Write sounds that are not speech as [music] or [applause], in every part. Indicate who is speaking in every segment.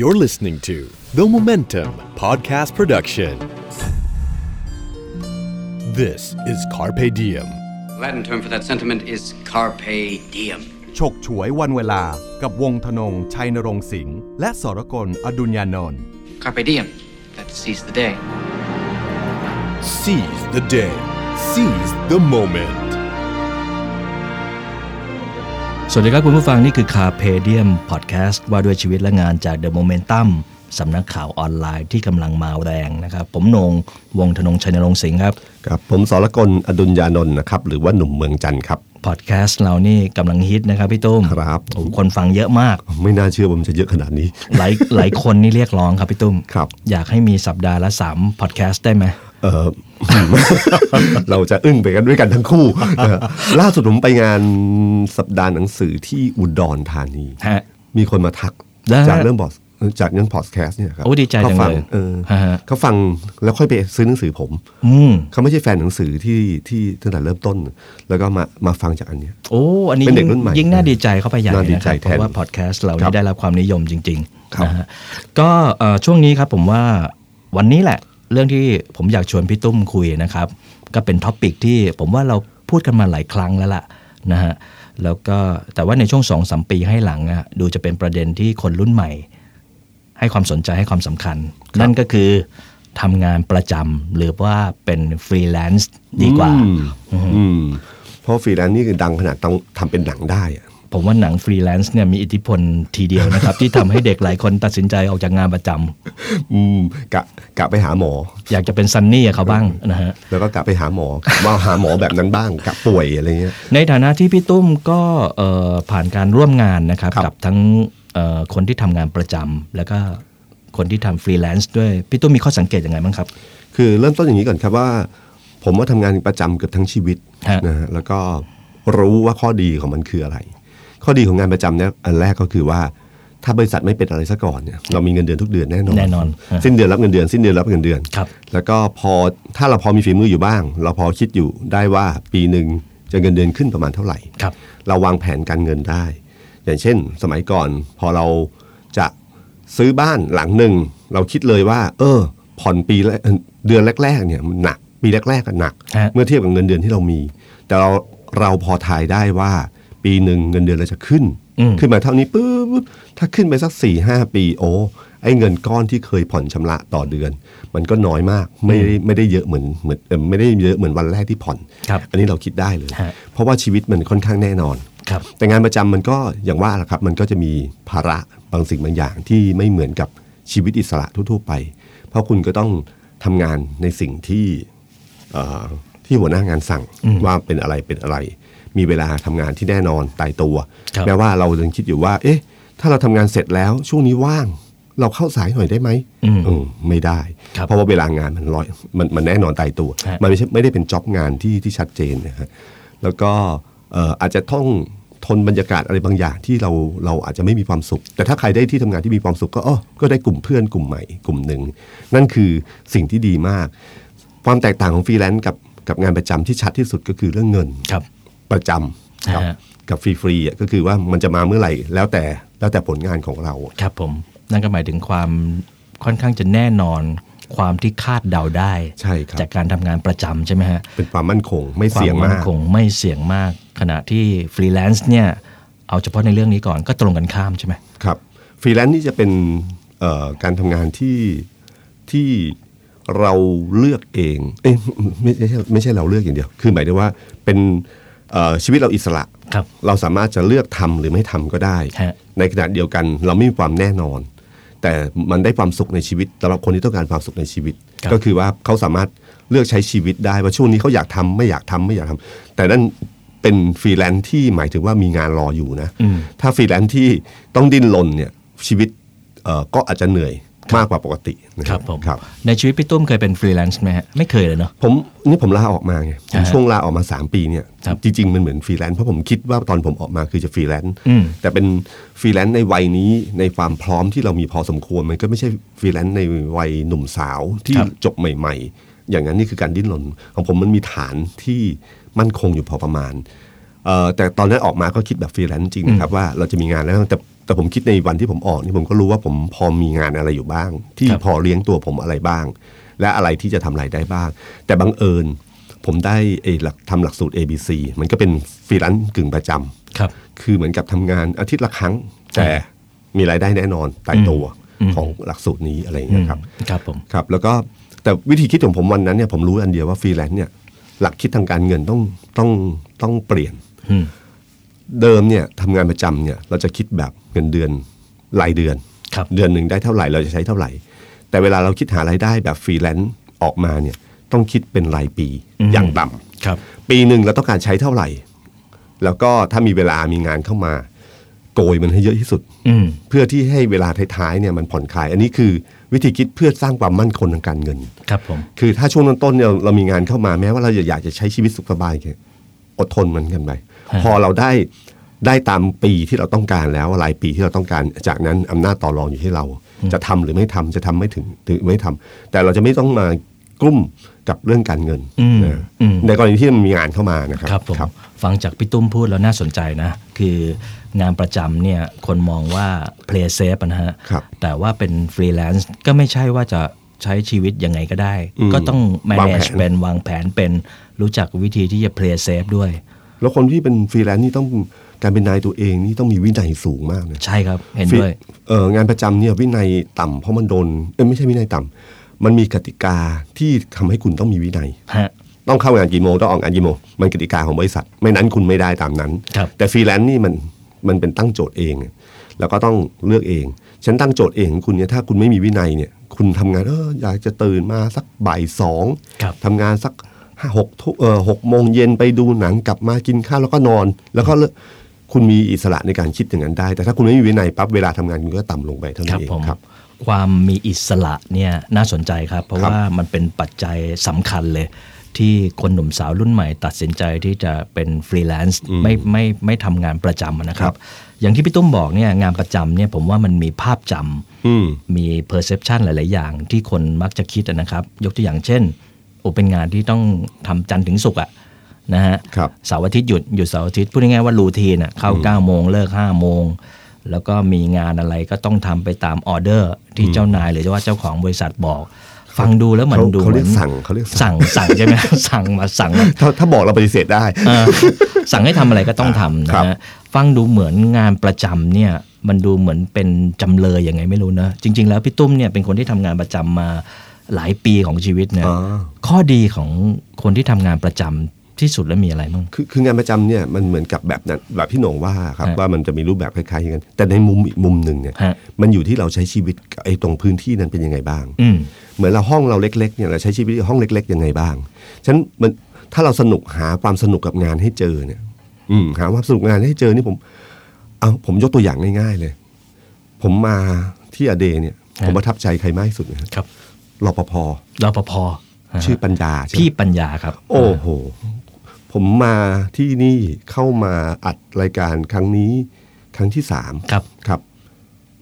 Speaker 1: You're listening to The Momentum Podcast Production. This is Carpe Diem.
Speaker 2: Latin term for that sentiment is carpe diem.
Speaker 3: ฉกฉวยวันเวลากับวงธนง ชัยนรงค์สิงห์และสรกลอดุญญานนท์
Speaker 2: Carpe diem. That seize the day.
Speaker 1: Seize the day. Seize the moment.
Speaker 4: สวัสดีครับคุณผู้ฟัง นี่คือคาเพเดียมพอดแคสต์ว่าด้วยชีวิตและงานจาก The Momentum สำนักข่าวออนไลน์ที่กำลังมาแรงนะครับ ผมโหนง วงธนงชัยนรงค์สิงห์ครับ
Speaker 5: ครับผมสรกลอดุญญานนท์นะครับหรือว่าหนุ่มเมืองจันทร์ครับ
Speaker 4: พอดแคสต์เรานี่กำลังฮิตนะครับพี่ตุ้ม
Speaker 5: ครับ
Speaker 4: โอ้โหคนฟังเยอะมาก
Speaker 5: ไม่น่าเชื่อว่ามันจะเยอะขนาดนี้
Speaker 4: หลาย [laughs] หลายคนนี่เรียกร้องครับพี่ตุ้ม
Speaker 5: ครับ
Speaker 4: อยากให้มีสัปดาห์ละ3พอดแคสต์ได้ไหม
Speaker 5: เอ [laughs] อ เราจะอึ้งไปกันด้วยกันทั้งคู่ [laughs] นะฮะล่าสุดผมไปงานสัปดาห์หนังสือที่อุดรธานี
Speaker 4: ฮะ
Speaker 5: มีคนมาทัก
Speaker 4: ได้
Speaker 5: จากเรื่องบอสจากเรื่องพอดแคสต์เนี่ยครับ
Speaker 4: โอ้ดีใจจัง
Speaker 5: ขาฟั
Speaker 4: เลย
Speaker 5: เออ
Speaker 4: ฮะฮะ
Speaker 5: เขาฟังแล้วค่อยไปซื้อหนังสือผม
Speaker 4: อืม
Speaker 5: เขาไม่ใช่แฟนหนังสือที่ที่ตั้งแต่เริ่มต้น แล้วก็มามาฟังจากอันเนี้ย
Speaker 4: โอ้อันนี้
Speaker 5: เป็นเด็
Speaker 4: ยิ่
Speaker 5: ก
Speaker 4: ง
Speaker 5: รุ่นใหม่
Speaker 4: ยิ่งน่าดีใจเข้าไปใหญ่
Speaker 5: น่าดี
Speaker 4: นะค
Speaker 5: ใจ
Speaker 4: รับเพ
Speaker 5: แทน
Speaker 4: ราะว่าพอดแคสต์เรา
Speaker 5: ครั
Speaker 4: นี่
Speaker 5: บ
Speaker 4: ได้รับความนิยมจริง
Speaker 5: ครั
Speaker 4: ๆ
Speaker 5: บ
Speaker 4: นะฮะก็เอ่อช่วงนี้ครับผมว่าวันนี้แหละ เรื่องที่ผมอยากชวนพี่ตุ้มคุยนะครับ ก็เป็นท็อปิกที่ผมว่าเราพูดกันมาหลายครั้งแล้วล่ะนะฮะแล้วก็แต่ว่าในช่วง2อสปีให้หลังอะดูจะเป็นประเด็นที่คนรุ่นใหม่ ให้ความสนใจให้ความสำคัญ นั่นก็คือทำงานประจำหรือว่าเป็นฟรีแลนซ์ดีกว่า
Speaker 5: อืมอืมเพราะฟรีแลนซ์นี่คือดังขนาดต้องทำเป็นหนังได้อะ
Speaker 4: ผมว่าหนังฟรีแลนซ์เนี่ยมีอิทธิพลทีเดียวนะครับ [laughs] ที่ทำให้เด็กหลายคนตัดสินใจออกจากงานประจำ
Speaker 5: อืมกะกะไปหาหมอ
Speaker 4: อยากจะเป็นซันนี่กับเขาบ้าง
Speaker 5: [laughs]
Speaker 4: นะฮะ
Speaker 5: แล้วก็กะไปหาหมอ [laughs] ว่าหาหมอแบบนั้นบ้างกะป่วยอะไรเงี้ย
Speaker 4: ในฐานะที่พี่ตุ้มก็เอ่อผ่านการร่วมงานนะครับ
Speaker 5: ครับ
Speaker 4: กับทั้งเอ่อคนที่ทำงานประจำแล้วก็คนที่ทำฟรีแลนซ์ด้วย พี่ตุ้มมีข้อสังเกตยังไงบ้างครับ
Speaker 5: คือเริ่มต้นอย่างนี้ก่อนครับว่า ผมว่าทำงานประจำเกือบทั้งชีวิต
Speaker 4: ฮะ
Speaker 5: นะฮะแล้วก็รู้ว่าข้อดีของมันคืออะไร ข้อดีของงานประจำเนี่ยอันแรกก็คือว่า ถ้าบริษัทไม่เป็นอะไรซะก่อนเนี่ยเรามีเงินเดือนทุกเดือนแน่นอน
Speaker 4: แน่นอนฮะ
Speaker 5: สิ้นเดือนรับเงินเดือนสิ้นเดือนรับเงินเดือน
Speaker 4: ครับ
Speaker 5: แล้วก็พอถ้าเราพอมีฝีมืออยู่บ้าง เราพอคิดอยู่ได้ว่าปีหนึ่งจะเงินเดือนขึ้นประมาณเท่าไหร่
Speaker 4: ครับ
Speaker 5: เราวางแผนการเงินได้ อย่างเช่น สมัยก่อนพอเราจะซื้อบ้านหลังหนึ่ง เราคิดเลยว่า เออ ผ่อนปีแรกเอ่อเดือนแรก ๆ เนี่ยมันหนัก ปีแรกๆก็หนัก
Speaker 4: ฮะ
Speaker 5: เมื่อเทียบกับเงินเดือนที่เรามี แต่เราเราพอทายได้ว่า ปีหนึ่งเงินเดือนเราจะขึ้น ขึ้นมาเท่านี้ปุ๊บถ้าขึ้นไปสัก4ี่หปีโอ้ไอ้เงินก้อนที่เคยผ่อนชำระต่อเดือน มันก็น้อยมากไม่ได้ไม่ได้เยอะเหมือนเหมือนเอ่อไม่ได้เยอะเหมือนวันแรกที่ผ่อน
Speaker 4: ครับ
Speaker 5: อันนี้เราคิดได้เลย
Speaker 4: ฮะ
Speaker 5: เพราะว่าชีวิตมันค่อนข้างแน่นอน
Speaker 4: ครับ
Speaker 5: แต่งานประจำมันก็อย่างว่าแหละครับ มันก็จะมีภาระบางสิ่งบางอย่างที่ไม่เหมือนกับชีวิตอิสระทั่วๆไป เพราะคุณก็ต้องทำงานในสิ่งที่เอ่อที่หัวหน้างานสั่งว่าเป็นอะไรเป็นอะไร มีเวลาทำงานที่แน่นอนตายตัว
Speaker 4: ครับ
Speaker 5: แม้ว่าเรายังคิดอยู่ว่า เอ๊ะ ถ้าเราทำงานเสร็จแล้วช่วงนี้ว่าง เราเข้าสายหน่อยได้ไหมเออไม่ได้
Speaker 4: ครับ
Speaker 5: เพราะว่าเวลางานมันร้อยมันมันแน่นอนตายตัว
Speaker 4: ฮะ
Speaker 5: มันไม่ใช่ไม่ได้เป็นจ็อบงานที่ที่ชัดเจนนะฮะแล้วก็เอ่ออาจจะต้องทนบรรยากาศอะไรบางอย่างที่เราเราอาจจะไม่มีความสุข แต่ถ้าใครได้ที่ทำงานที่มีความสุขก็อ๋อก็ได้กลุ่มเพื่อนกลุ่มใหม่กลุ่มหนึ่งนั่นคือสิ่งที่ดีมาก ความแตกต่างของฟรีแลนซ์กับกับงานประจำที่ชัดที่สุดก็คือเรื่องเงิน
Speaker 4: ครับ
Speaker 5: ประจำกับ
Speaker 4: ฮะ
Speaker 5: กับฟรีๆอ่ะก็คือว่ามันจะมาเมื่อไหร่ แล้วแต่แล้วแต่ผลงานของเราอ่ะ
Speaker 4: ครับผมนั่นก็หมายถึงความค่อนข้างจะแน่นอน ความที่คาดเดาได้
Speaker 5: ใช่ครับ
Speaker 4: จากการทำงานประจำใช่ไหมฮะ
Speaker 5: เป็นความมั่นคงไม่เสี่ยง
Speaker 4: คว
Speaker 5: มาก
Speaker 4: นคงไม่เสี่ยงมากขณะที่ฟรีแลนซ์เนี่ยเอาเฉพาะในเรื่องนี้ก่อนก็ตรงกันข้ามใช่ไหม
Speaker 5: ครับฟรีแลนซ์นี่จะเป็นเอ่อการทำงานที่ที่เราเลือกเองเอ้ยไม่ไม่ใช่ไม่ใช่เราเลือกอย่างเดียว คือหมายถึงว่าเป็นเอ่อชีวิตเราอิสระ
Speaker 4: ครับ
Speaker 5: เราสามารถจะเลือกทำหรือไม่ทำก็ได้
Speaker 4: ฮะ
Speaker 5: ในขณะเดียวกันเราไม่มีความแน่นอน แต่มันได้ความสุขในชีวิตสำหรับคนที่ต้องการความสุขในชีวิต
Speaker 4: ครับ
Speaker 5: ก็คือว่าเขาสามารถเลือกใช้ชีวิตได้ว่าช่วงนี้เขาอยากทำไม่อยากทำไม่อยากทำแต่นั่นเป็นฟรีแลนซ์ที่หมายถึงว่ามีงานรออยู่นะ ถ้าฟรีแลนซ์ที่ต้องดิ้นรนเนี่ยชีวิตเอ่อก็อาจจะเหนื่อยมากกว่าปกตินะครับ
Speaker 4: ผม
Speaker 5: ครับ
Speaker 4: ในชีวิตพี่ตุ้มเคยเป็นฟรีแลนซ์ไหมฮะไม่เคยเลยเนาะ
Speaker 5: ผมนี่ผมลาออกมาไงผม
Speaker 4: อ่าฮะ
Speaker 5: ช่วงลาออกมา 3 ปีเนี่ย
Speaker 4: ครับ
Speaker 5: จริง ๆ มันเหมือนฟรีแลนซ์เพราะผมคิดว่าตอนผมออกมาคือจะฟรีแลนซ์
Speaker 4: อืม
Speaker 5: แต่เป็นฟรีแลนซ์ในวัยนี้ในความพร้อมที่เรามีพอสมควร มันก็ไม่ใช่ฟรีแลนซ์ในวัยหนุ่มสาวที่
Speaker 4: ครับ
Speaker 5: จบใหม่ ๆ อย่างนั้นนี่คือการดิ้นรนของผมมันมีฐานที่มั่นคงอยู่พอประมาณ เอ่อแต่ตอนนั้นออกมาก็คิดแบบฟรีแลนซ์จริงนะครับว่าเราจะมีงานแล้วแต่แต่ผมคิดในวันที่ผมออกนี่ผมก็รู้ว่าผมพอมีงานอะไรอยู่บ้าง ที่
Speaker 4: ครับ
Speaker 5: พอเลี้ยงตัวผมอะไรบ้าง และอะไรที่จะทำรายได้บ้าง แต่บังเอิญ ผมได้ไอ้หลักทำหลักสูตร ABC มันก็เป็นฟรีแลนซ์กึ่งประจำ
Speaker 4: ครับ
Speaker 5: คือเหมือนกับทำงานอาทิตย์ละครั้ง แต่มีรายได้แน่นอนตายตัวของหลักสูตรนี้อะไรอย่างเงี้ยครับ
Speaker 4: อืมครับผม
Speaker 5: ครับ แล้วก็แต่วิธีคิดของผมวันนั้นเนี่ยผมรู้อันเดียวว่าฟรีแลนซ์เนี่ยหลักคิดทางการเงินต้องต้องต้องเปลี่ยน
Speaker 4: อืม
Speaker 5: เดิมเนี่ยทำงานประจำเนี่ยเราจะคิดแบบเงินเดือนรายเดือน
Speaker 4: ครับ
Speaker 5: เดือนหนึ่งได้เท่าไหร่เราจะใช้เท่าไหร่ แต่เวลาเราคิดหารายได้แบบฟรีแลนซ์ออกมาเนี่ยต้องคิดเป็นรายปี
Speaker 4: อืม
Speaker 5: อย่างต่ำ
Speaker 4: ครับ
Speaker 5: ปีหนึ่งเราต้องการใช้เท่าไหร่ แล้วก็ถ้ามีเวลามีงานเข้ามา โกยมันให้เยอะที่สุด
Speaker 4: อืม
Speaker 5: เพื่อที่ให้เวลาท้ายๆเนี่ยมันผ่อนคลาย อันนี้คือวิธีคิดเพื่อสร้างความมั่นคงทางการเงิน
Speaker 4: ครับผม
Speaker 5: คือถ้าช่วงต้นๆเนี่ยเรามีงานเข้ามาแม้ว่าเราอยากจะใช้ชีวิตสุขสบายแค่อดทนมันกันไป
Speaker 4: ฮะ
Speaker 5: พอเราได้ได้ตามปีที่เราต้องการแล้วรายปีที่เราต้องการ จากนั้นอำนาจต่อรองอยู่ที่เรา จะทำหรือไม่ทำจะทำไม่ถึงหรือไม่ทำแต่เราจะไม่ต้องมากลุ้มกับเรื่องการเงิน
Speaker 4: อืม
Speaker 5: นะ
Speaker 4: อืม
Speaker 5: ในกรณีที่มันมีงานเข้ามานะครับ
Speaker 4: ครับผมฟังจากพี่ตุ้มพูดแล้วน่าสนใจนะ คืองานประจำเนี่ยคนมองว่า play safe อะนะฮะ
Speaker 5: ครับ
Speaker 4: แต่ว่าเป็น freelance ก็ไม่ใช่ว่าจะใช้ชีวิตยังไงก็ได้
Speaker 5: อืม
Speaker 4: ก็ต้อง
Speaker 5: วางแผ
Speaker 4: manage
Speaker 5: น
Speaker 4: เป็นวางแผนเป็นรู้จักวิธีที่จะ play safe ด้วย
Speaker 5: แล้วคนที่เป็นฟรีแลนซ์นี่ต้องการเป็นนายตัวเองนี่ต้องมีวินัยสูงมากนะ
Speaker 4: ใช่ครับเห็นด้วย
Speaker 5: เอ่องานประจำเนี่ยวินัยต่ำเพราะมันโดนเอ้ยไม่ใช่วินัยต่ำมันมีกติกาที่ทำให้คุณต้องมีวินัย
Speaker 4: ฮะ
Speaker 5: ต้องเข้างานกี่โมงต้องออกงานกี่โมงมันกติกาของบริษัท ไม่นั้นคุณไม่ได้ตามนั้น
Speaker 4: ครับ
Speaker 5: แต่ฟรีแลนซ์นี่มันมันเป็นตั้งโจทย์เอง แล้วก็ต้องเลือกเอง ฉันตั้งโจทย์เองของคุณเนี่ยถ้าคุณไม่มีวินัยเนี่ย คุณทำงานเอออยากจะตื่นมาสักบ่ายสอง
Speaker 4: ครับ
Speaker 5: ทำงานสักห้าหกทุเออหกโมงเย็นไปดูหนังกลับมากินข้าวแล้วก็นอน แล้วก็เลิกคุณมีอิสระในการคิดอย่างนั้นได้ แต่ถ้าคุณไม่มีวินัยปั๊บเวลาทำงานคุณก็ต่ำลงไปเท่า
Speaker 4: ค
Speaker 5: นั้
Speaker 4: รั
Speaker 5: น
Speaker 4: บ
Speaker 5: เอง
Speaker 4: ผม
Speaker 5: ครับ
Speaker 4: ความมีอิสระเนี่ยน่าสนใจครับ เพราะ
Speaker 5: ครับ
Speaker 4: ว่ามันเป็นปัจจัยสำคัญเลย ที่คนหนุ่มสาวรุ่นใหม่ตัดสินใจที่จะเป็นฟรีแลนซ์ไม่ไม่ไม่ทำงานประจำนะค
Speaker 5: ค
Speaker 4: รั
Speaker 5: รับ บ
Speaker 4: อย่างที่พี่ตุ้มบอกเนี่ยงานประจำเนี่ยผมว่ามันมีภาพจ
Speaker 5: อืม
Speaker 4: ำมี perception หลาย ๆ อย่างที่คนมักจะคิดนะครับ ยกตัวอย่างเช่นโอเป็นงานที่ต้องทำจันทร์ถึงศุกร์อะนะฮะ
Speaker 5: ครับ
Speaker 4: เสาร์อาทิตย์หยุดหยุดเสาร์อาทิตย์พูดง่ายๆว่ารูทีนอ่ะเข้า9ก้าโมงเลิก5้าโมง แล้วก็มีงานอะไรก็ต้องทำไปตามออเดอร์ที่เจ้านายหรือว่าเจ้าของบริษัทบอก ฟังดูแล้วมัน
Speaker 5: เขา
Speaker 4: ดู
Speaker 5: เขาเรียก
Speaker 4: หมือน
Speaker 5: สั่งเขาเรียกสั่
Speaker 4: สั่
Speaker 5: ง
Speaker 4: งสั่งใช่ไหม [laughs] สั่งมาสั่งมา
Speaker 5: ถ้าถ้าบอกเราปฏิเสธได้
Speaker 4: เออสั่งให้ทำอะไรก็ต้องทำ
Speaker 5: ค
Speaker 4: นะ
Speaker 5: รับ
Speaker 4: ฮะฟังดูเหมือนงานประจำเนี่ยมันดูเหมือนเป็นจำเลยยังไงไม่รู้นะจริง ๆ แล้วพี่ตุ้มเนี่ยเป็นคนที่ทำงานประจำมาหลายปีของชีวิตเนี่ย
Speaker 5: อ๋อ
Speaker 4: ข้อดีของคนที่ทำงานประจำที่สุดแล้วมีอะไรบ้าง
Speaker 5: คือคืองานประจำเนี่ยมันเหมือนกับแบบนั้นแบบพี่โหน่งว่าครับ
Speaker 4: ฮะ
Speaker 5: ว่ามันจะมีรูปแบบคล้ายๆกัน แต่ในมุมอีกมุมหนึ่งเนี่ย
Speaker 4: ฮะ
Speaker 5: มันอยู่ที่เราใช้ชีวิตกับไอ้ตรงพื้นที่นั้นเป็นยังไงบ้าง
Speaker 4: อืม
Speaker 5: เหมือนเราห้องเราเล็กๆเนี่ยเราใช้ชีวิตห้องเล็กๆยังไงบ้างฉะนันมันถ้าเราสนุกหาความสนุกกับงานให้เจอเนี่ย อืมหาความสนุกงานให้เจอนี่ผม เอาผมยกตัวอย่างง่ายๆเลย ผมมาที่อเดเนี่ย
Speaker 4: ฮะ
Speaker 5: ผมประทับใจใครมากที่สุดเนี่ย
Speaker 4: ครับ
Speaker 5: รปภ
Speaker 4: รปภฮะ
Speaker 5: ชื่อปัญญาใช่ไหม
Speaker 4: พี่ปัญญาครับ
Speaker 5: โอ้โห ผมมาที่นี่เข้ามาอัดรายการครั้งนี้ครั้งที่สาม
Speaker 4: ครับ
Speaker 5: ครับ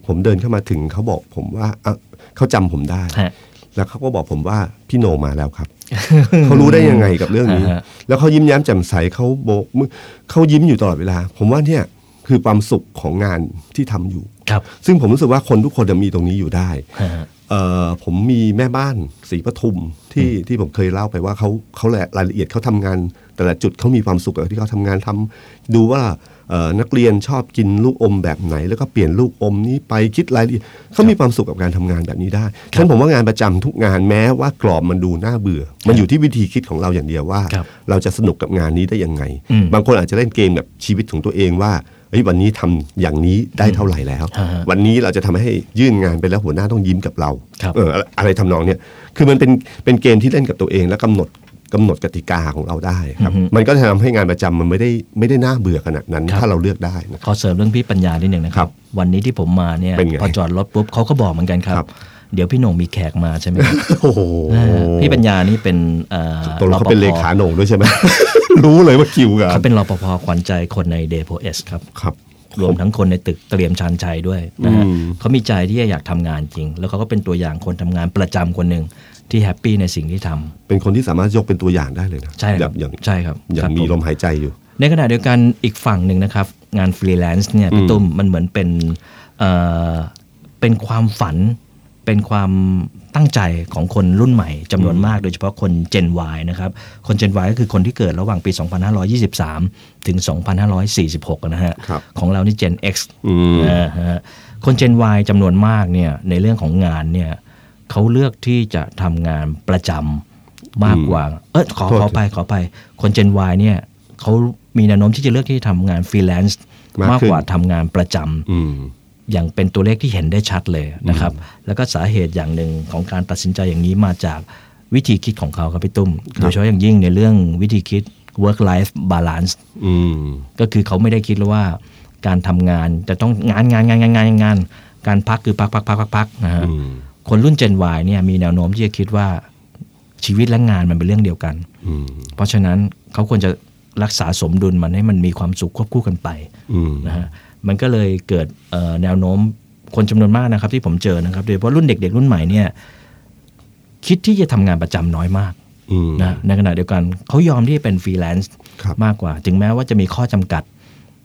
Speaker 5: ผมเดินเข้ามาถึงเขาบอกผมว่าอ่ะเขาจำผมได้
Speaker 4: ฮะ
Speaker 5: แล้วเขาก็บอกผมว่าพี่โหนงมาแล้วครับ เขารู้ได้ยังไงกับเรื่องนี้
Speaker 4: [laughs] อ่าฮะ
Speaker 5: แล้วเขายิ้มแย้มแจ่มใสเขาโบกมือเขายิ้มอยู่ตลอดเวลา ผมว่าเนี่ยคือความสุขของงานที่ทำอยู่
Speaker 4: ครับ
Speaker 5: ซึ่งผมรู้สึกว่าคนทุกคนจะมีตรงนี้อยู่ได้
Speaker 4: ฮะ
Speaker 5: เอ่อผมมีแม่บ้านศรีปทุมที่ที่ผมเคยเล่าไปว่าเขาเขาแหละรายละเอียดเขาทำงาน แต่ละจุดเขามีความสุขกับที่เขาทำงานทำดูว่าเอ่อนักเรียนชอบกินลูกอมแบบไหน แล้วก็เปลี่ยนลูกอมนี้ไปคิดรายละเอียดเขามีความสุขกับการทำงานแบบนี้ได้ฉะนั้นผมว่างานประจำทุกงานแม้ว่ากรอบมันดูน่าเบื่อ มันอยู่ที่วิธีคิดของเราอย่างเดียวว่า
Speaker 4: ครับ
Speaker 5: เราจะสนุกกับงานนี้ได้ยังไง
Speaker 4: อืม
Speaker 5: บางคนอาจจะเล่นเกมกับชีวิตของตัวเองว่าเฮ้ยวันนี้ทำอย่างนี้ได้เท่าไหร่แล้ว
Speaker 4: อ่าฮะ
Speaker 5: วันนี้เราจะทำให้ยื่นงานไปแล้วหัวหน้าต้องยิ้มกับเรา
Speaker 4: ครับ
Speaker 5: เอออะไรอะไรทำนองเนี้ยคือมันเป็นเป็นเกมที่เล่นกับตัวเอง และกำหนดกำหนดกติกาของเราได้ครับ
Speaker 4: อือฮึ
Speaker 5: มันก็จะทำให้งานประจำมันไม่ได้ไม่ได้น่าเบื่อขนาดนั้น
Speaker 4: ครับ
Speaker 5: ถ้าเราเลือกได้นะครับ
Speaker 4: ขอเสริมเรื่องพี่ปัญญานิดหนึ่งนะครับ วันนี้ที่ผมมาเนี่ย
Speaker 5: เป็นไง
Speaker 4: พอจอดรถปุ๊บเขาก็บอกเหมือนกันครั
Speaker 5: ครับ บ
Speaker 4: เดี๋ยวพี่หนงมีแขกมาใช่ไหมครับ
Speaker 5: โอ้โห
Speaker 4: นะฮะพี่ปัญญานี่เป็นเอ่อ
Speaker 5: ตกลง
Speaker 4: รป
Speaker 5: เขา
Speaker 4: ภ
Speaker 5: เป็นเลขาโหนงด้วยใช่ไหม รู้เลยว่าคิวกัน
Speaker 4: เขาเป็นรปภขวัญใจคนในเดโพเอสครับ
Speaker 5: ครับ
Speaker 4: รวมทั้งคนในตึกเตรียมชานชัยด้วยนะฮะ
Speaker 5: อืม
Speaker 4: เขามีใจที่จะอยากทำงานจริง แล้วเขาก็เป็นตัวอย่างคนทำงานประจำคนหนึ่งที่แฮปปี้ในสิ่งที่ทำ
Speaker 5: เป็นคนที่สามารถยกเป็นตัวอย่างได้เลยนะ
Speaker 4: ใช่ค
Speaker 5: แบ
Speaker 4: รับบ
Speaker 5: อย่าง
Speaker 4: ใช่ครับ
Speaker 5: อย่า
Speaker 4: ครั
Speaker 5: ง
Speaker 4: บ
Speaker 5: มี
Speaker 4: ผ
Speaker 5: ลมหายใจอยู่
Speaker 4: ในขณะเดียวกันอีกฝั่งหนึ่งนะครับ งานฟรีแลนซ์เนี่ยพี่ตุ้มมันเหมือนเป็นเอ่อเป็นความฝัน เป็นความตั้งใจของคนรุ่นใหม่จำนวนมากโดยเฉพาะคน Gen Y นะครับ คน Gen Y ก็คือคนที่เกิดระหว่างปี 2523 ถึง 2546 นะฮะ
Speaker 5: ครับ
Speaker 4: ของเรานี่ Gen X
Speaker 5: อืม
Speaker 4: นะฮะคน Gen Y จำนวนมากเนี่ยในเรื่องของงานเนี่ยเขาเลือกที่จะทำงานประจำมากกว่า เออขอข
Speaker 5: โทษ
Speaker 4: อไปขอไปคน Gen Y เนี่ยเขามีแนวโน้มที่จะเลือกที่จะทำงานฟรีแลนซ์
Speaker 5: มาก
Speaker 4: มาก
Speaker 5: ขึ้น
Speaker 4: กว่าทำงานประจำ
Speaker 5: อืม
Speaker 4: อย่างเป็นตัวเลขที่เห็นได้ชัดเลยนะครับ แล้วก็สาเหตุอย่างหนึ่งของการตัดสินใจอย่างนี้มาจากวิธีคิดของเขาครับพี่ตุ้ม โดยเฉพาะอย่างยิ่งในเรื่องวิธีคิด work life balance
Speaker 5: อืม
Speaker 4: ก็คือเขาไม่ได้คิดแล้วว่าการทำงานจะต้องงานงานงานงานงานงาน การพักคือพักพักพักพักพักนะฮะ
Speaker 5: อืม
Speaker 4: คนรุ่น Gen Y เนี่ยมีแนวโน้มที่จะคิดว่าชีวิตและงานมันเป็นเรื่องเดียวกัน
Speaker 5: อืม
Speaker 4: เพราะฉะนั้นเขาควรจะรักษาสมดุลมันให้มันมีความสุขควบคู่กันไป
Speaker 5: อืม
Speaker 4: นะฮะมันก็เลยเกิดเอ่อแนวโน้มคนจำนวนมากนะครับที่ผมเจอนะครับโดยเฉพาะรุ่นเด็ก ๆ รุ่นใหม่เนี่ยคิดที่จะทำงานประจำน้อยมาก
Speaker 5: อืม
Speaker 4: นะในขณะเดียวกันเขายอมที่จะเป็นฟรีแลนซ์
Speaker 5: ครับ
Speaker 4: มากกว่า ถึงแม้ว่าจะมีข้อจำกัด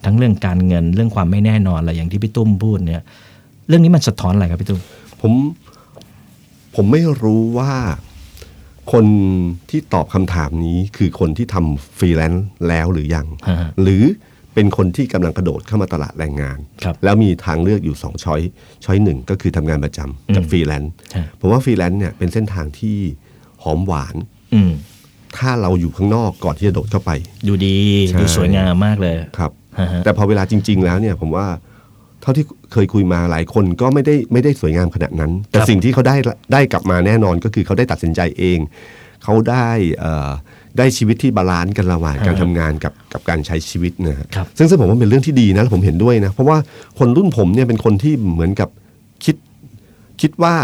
Speaker 4: ทั้งเรื่องการเงินเรื่องความไม่แน่นอนอะไรอย่างที่พี่ตุ้มพูดเนี่ยเรื่องนี้มันสะท้อนอะไรครับพี่ตุ้ม
Speaker 5: ผมผมไม่รู้ว่าคนที่ตอบคำถามนี้คือคนที่ทำฟรีแลนซ์แล้วหรือยัง
Speaker 4: ฮะฮะ
Speaker 5: หรือเป็นคนที่กำลังกระโดดเข้ามาตลาดแรงงาน
Speaker 4: ครับ
Speaker 5: แล้วมีทางเลือกอยู่สองช้อยช้อยหนึ่งก็คือทำงานประจำกับ
Speaker 4: อืม
Speaker 5: ฟรีแลนซ์
Speaker 4: ใช่
Speaker 5: ผมว่าฟรีแลนซ์เนี่ยเป็นเส้นทางที่หอมหวาน
Speaker 4: อืม
Speaker 5: ถ้าเราอยู่ข้างนอกก่อนที่จะโดดเข้าไป
Speaker 4: ดูดี
Speaker 5: ใช่
Speaker 4: ดูสวยงามมากเลย
Speaker 5: ครับ
Speaker 4: ฮะฮะ
Speaker 5: แต่พอเวลาจริง ๆ แล้วเนี่ย ผมว่าเท่าที่เคยคุยมาหลายคนก็ไม่ได้ไม่ได้สวยงามขนาดนั้น แต่สิ่งที่เขาได้ได้กลับมาแน่นอนก็คือเขาได้ตัดสินใจเอง เขาได้เอ่อได้ชีวิตที่บาลานซ์กันระหว่างการทำงานกับกับการใช้ชีวิตนะฮะ
Speaker 4: ครับ
Speaker 5: ซึ่งซึ่งผมว่าเป็นเรื่องที่ดีนะและผมเห็นด้วยนะ เพราะว่าคนรุ่นผมเนี่ยเป็นคนที่เหมือนกับคิดคิดว่า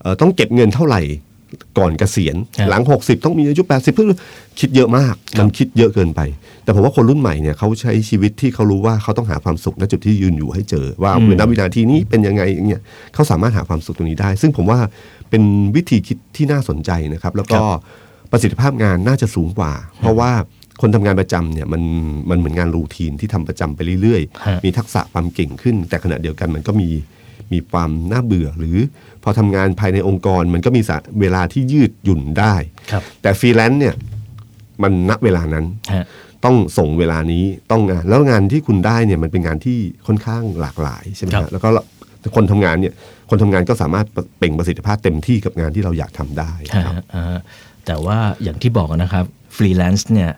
Speaker 5: เอ่อต้องเก็บเงินเท่าไหร่ก่อนเกษียณ
Speaker 4: ครับ
Speaker 5: หลัง 60 ต้องมีอายุ 80 เพื่อคิดเยอะมากมันคิดเยอะเกินไป แต่ผมว่าคนรุ่นใหม่เนี่ยเขาใช้ชีวิตที่เขารู้ว่าเขาต้องหาความสุขณจุดที่ยืนอยู่ให้เจอ ว่า
Speaker 4: อืม
Speaker 5: เวลาวินาทีนี้เป็นยังไงอย่างเงี้ยเขาสามารถหาความสุขตรงนี้ได้ ซึ่งผมว่าเป็นวิธีคิดที่น่าสนใจนะครับ แล้วก็ประสิทธิภาพงานน่าจะสูงกว่า เพราะว่าคนทำงานประจำเนี่ยมันมันเหมือนงานรูทีนที่ทำประจำไปเรื่อยๆ
Speaker 4: ฮะ
Speaker 5: มีทักษะความเก่งขึ้น แต่ขณะเดียวกันมันก็มีมีความน่าเบื่อ หรือพอทำงานภายในองค์กรมันก็มีสะเวลาที่ยืดหยุ่นได้
Speaker 4: ครับ
Speaker 5: แต่ฟรีแลนซ์เนี่ยมันณเวลานั้น
Speaker 4: ฮะ
Speaker 5: ต้องส่งเวลานี้ต้องงานแล้วงานที่คุณได้เนี่ยมันเป็นงานที่ค่อนข้างหลากหลายใช่ไหม
Speaker 4: ครับ
Speaker 5: ฮะแล้วก็คนทำงานเนี่ยคนทำงานก็สามารถเปล่งประสิทธิภาพเต็มที่กับงานที่เราอยากทำได้ครับ
Speaker 4: ฮะอ่าแต่ว่าอย่างที่บอกนะครับฟรีแลนซ์เนี่ย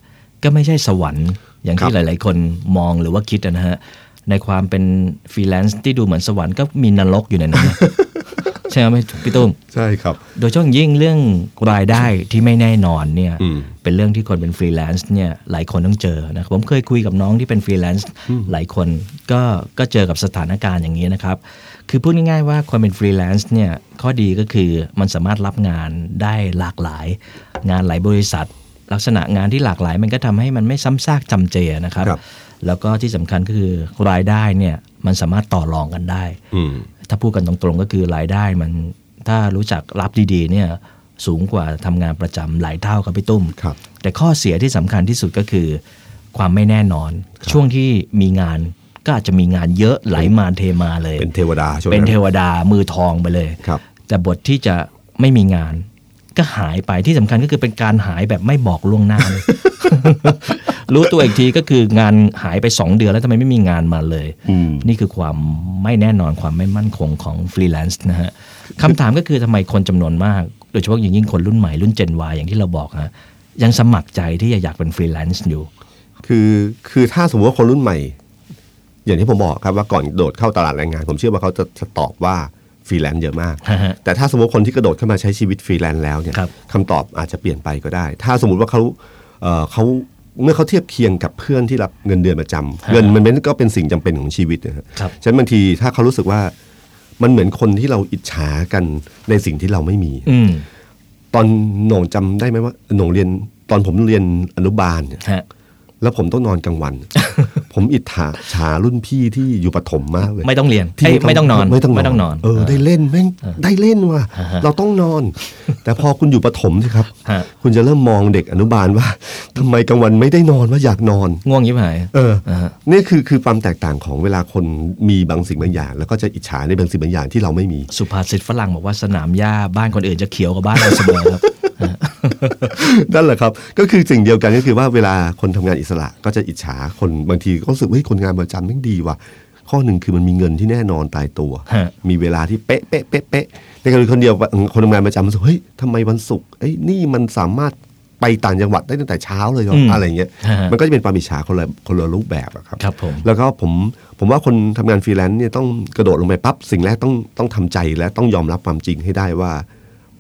Speaker 4: ก็ไม่ใช่สวรรค์อย่าง
Speaker 5: ค
Speaker 4: ที่
Speaker 5: รั
Speaker 4: ห
Speaker 5: บ
Speaker 4: ลาย ๆ คนมองหรือว่าคิดนะฮะในความเป็นฟรีแลนซ์ที่ดูเหมือนสวรรค์ก็มีนรกอยู่ใน
Speaker 5: [laughs]
Speaker 4: นั้นนะ ใช่ไหมพี่ตุ้ม
Speaker 5: ใช่ครับ
Speaker 4: โดยเฉพาะอย่างยิ่งเรื่องรายได้ที่ไม่แน่นอนเนี่ย
Speaker 5: อืม
Speaker 4: เป็นเรื่องที่คนเป็นฟรีแลนซ์เนี่ยหลายคนต้องเจอนะครับผมเคยคุยกับน้องที่เป็นฟรีแลนซ์หลายคนก็ก็เจอกับสถานการณ์อย่างนี้นะครับ คือพูดง่ายๆว่าคนเป็นฟรีแลนซ์เนี่ยข้อดีก็คือมันสามารถรับงานได้หลากหลาย งานหลายบริษัท ลักษณะงานที่หลากหลายมันก็ทำให้มันไม่ซ้ำซากจำเจนะครับ
Speaker 5: ครับ
Speaker 4: แล้วก็ที่สำคัญก็คือรายได้เนี่ยมันสามารถต่อรองกันได้
Speaker 5: อืม
Speaker 4: ถ้าพูดกันตรงๆก็คือรายได้มันถ้ารู้จักรับดีๆเนี่ยสูงกว่าทำงานประจำหลายเท่าครับพี่ตุ้ม
Speaker 5: ครับ
Speaker 4: แต่ข้อเสียที่สำคัญที่สุดก็คือ ความไม่แน่นอน ช่วงที่มีงานก็อาจจะมีงานเยอะไหลมาเทมาเลย
Speaker 5: เป็นเทวดาช่วง
Speaker 4: เป็น
Speaker 5: นั้น
Speaker 4: เทวดามือทองไปเลย
Speaker 5: ครับ
Speaker 4: แต่บทที่จะไม่มีงาน ก็หายไปที่สำคัญก็คือเป็นการหายแบบไม่บอกล่วงหน้า
Speaker 5: [laughs]
Speaker 4: เลย รู้ตัวอีกทีก็คืองานหายไป 2 เดือนแล้วทำไมไม่มีงานมาเลย นี่คือความไม่แน่นอนความไม่มั่นคงของฟรีแลนซ์นะฮะคำถามก็คือทำไมคนจำนวนมาก โดยเฉพาะอย่างยิ่งคนรุ่นใหม่รุ่น Gen Y อย่างที่เราบอกฮะยังสมัครใจที่จะอยากเป็นฟรีแลนซ์อยู่
Speaker 5: คือคือถ้าสมมติว่าคนรุ่นใหม่ อย่างที่ผมบอกครับว่าก่อนโดดเข้าตลาดแรงงาน ผมเชื่อว่าเขาจะจะตอบว่าฟรีแลนซ์เยอะมาก
Speaker 4: ฮะฮะ
Speaker 5: แต่ถ้าสมมติคนที่กระโดดเข้ามาใช้ชีวิตฟรีแลนซ์แล้วเนี่ย
Speaker 4: ครับ
Speaker 5: ตอบอาจจะเปลี่ยนไปก็ได้ ถ้าสมมติว่าเขาเอ่อเขาเมื่อเขาเทียบเคียงกับเพื่อนที่รับเงินเดือนประจำ
Speaker 4: ฮะ
Speaker 5: เงินมันเป็นก็เป็นสิ่งจำเป็นของชีวิตนะฮะ
Speaker 4: ครับ
Speaker 5: ฉะนั้นบางทีถ้าเขารู้สึกว่ามันเหมือนคนที่เราอิจฉากันในสิ่งที่เราไม่มี
Speaker 4: อืม
Speaker 5: ตอนหน่งจำได้ไหมว่าหน่งเรียนตอนผมเรียนอนุบาลเนี่ย
Speaker 4: ฮะ [laughs]
Speaker 5: แล้วผมต้องนอนกลางวัน ผมอิจฉาฉารุ่นพี่ที่อยู่ปฐมมากเลย
Speaker 4: ไม่ต้องเรียน
Speaker 5: ที่
Speaker 4: เอ้ยไม่ต้องนอน
Speaker 5: ไม่ต้องนอน
Speaker 4: ไม่ต้องนอน
Speaker 5: เออได้เล่นแม่งได้เล่นว่ะเราต้องนอน แต่พอคุณอยู่ปฐมสิครับ
Speaker 4: ฮะ
Speaker 5: คุณจะเริ่มมองเด็กอนุบาลว่าทำไมกลางวันไม่ได้นอนว่าอยากนอน
Speaker 4: ง่วงยิบหาย
Speaker 5: เออ
Speaker 4: อ่าฮะ
Speaker 5: นี่คือคือความแตกต่างของเวลาคนมีบางสิ่งบางอย่าง แล้วก็จะอิจฉาในบางสิ่งบางอย่างที่เราไม่มี
Speaker 4: สุภาษิตฝรั่งบอกว่าสนามหญ้าบ้านคนอื่นจะเขียวกว่าบ้านเราเสมอครับ
Speaker 5: [laughs] นั่นแหละครับ ก็คือสิ่งเดียวกันก็คือว่าเวลาคนทำงานอิสระก็จะอิจฉาคนบางทีก็รู้สึกว่าเฮ้ยคนงานประจำแม่งดีว่ะข้อหนึ่งคือมันมีเงินที่แน่นอนตายตัว
Speaker 4: ฮะ
Speaker 5: มีเวลาที่เป๊ะเป๊ะเป๊ะเป๊ะในกรณีคนเดียวคนทำงานประจำรู้สึกเฮ้ยทำไมวันศุกร์ไอ้ยนี่มันสามารถไปต่างจังหวัดได้ตั้งแต่เช้าเลยเหรอ
Speaker 4: อืม
Speaker 5: อะไรเงี้ย
Speaker 4: ฮะฮะ
Speaker 5: มันก็จะเป็นความอิจฉาคนละคนละรูปแบบอะครับ
Speaker 4: [laughs] ครับผม
Speaker 5: แล้วก็ผมผมว่าคนทำงานฟรีแลนซ์เนี่ยต้องกระโดดลงไปปั๊บสิ่งแรกต้องต้องทำใจและต้องยอมรับความจริงให้ได้ว่า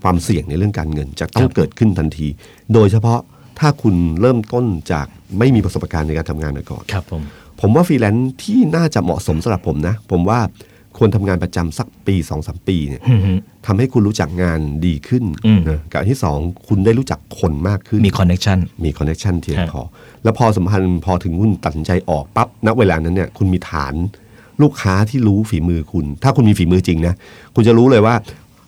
Speaker 5: ความเสี่ยงในเรื่องการเงินจะต้องเกิดขึ้นทันที โดยเฉพาะถ้าคุณเริ่มต้นจากไม่มีประสบการณ์ในการทำงานมาก่อน
Speaker 4: ครับผม
Speaker 5: ผมว่าฟรีแลนซ์ที่น่าจะเหมาะสมสำหรับผมนะ ผมว่าควรทำงานประจำสักปี2อสปีเนี่ยทำให้คุณรู้จักงานดีขึ้น
Speaker 4: อืม
Speaker 5: นะกับอันที่สองคุณได้รู้จักคนมากขึ้น
Speaker 4: มีคอนเน t ชัน
Speaker 5: มีคอนเน t ชันเทียง
Speaker 4: ฮะ
Speaker 5: พอ แล้วพอสำคัญพอถึงคุณตัดสินใจออกปั๊บณเวลานั้นเนี่ยคุณมีฐานลูกค้าที่รู้ฝีมือคุณ ถ้าคุณมีฝีมือจริงนะคุณจะรู้เลยว่า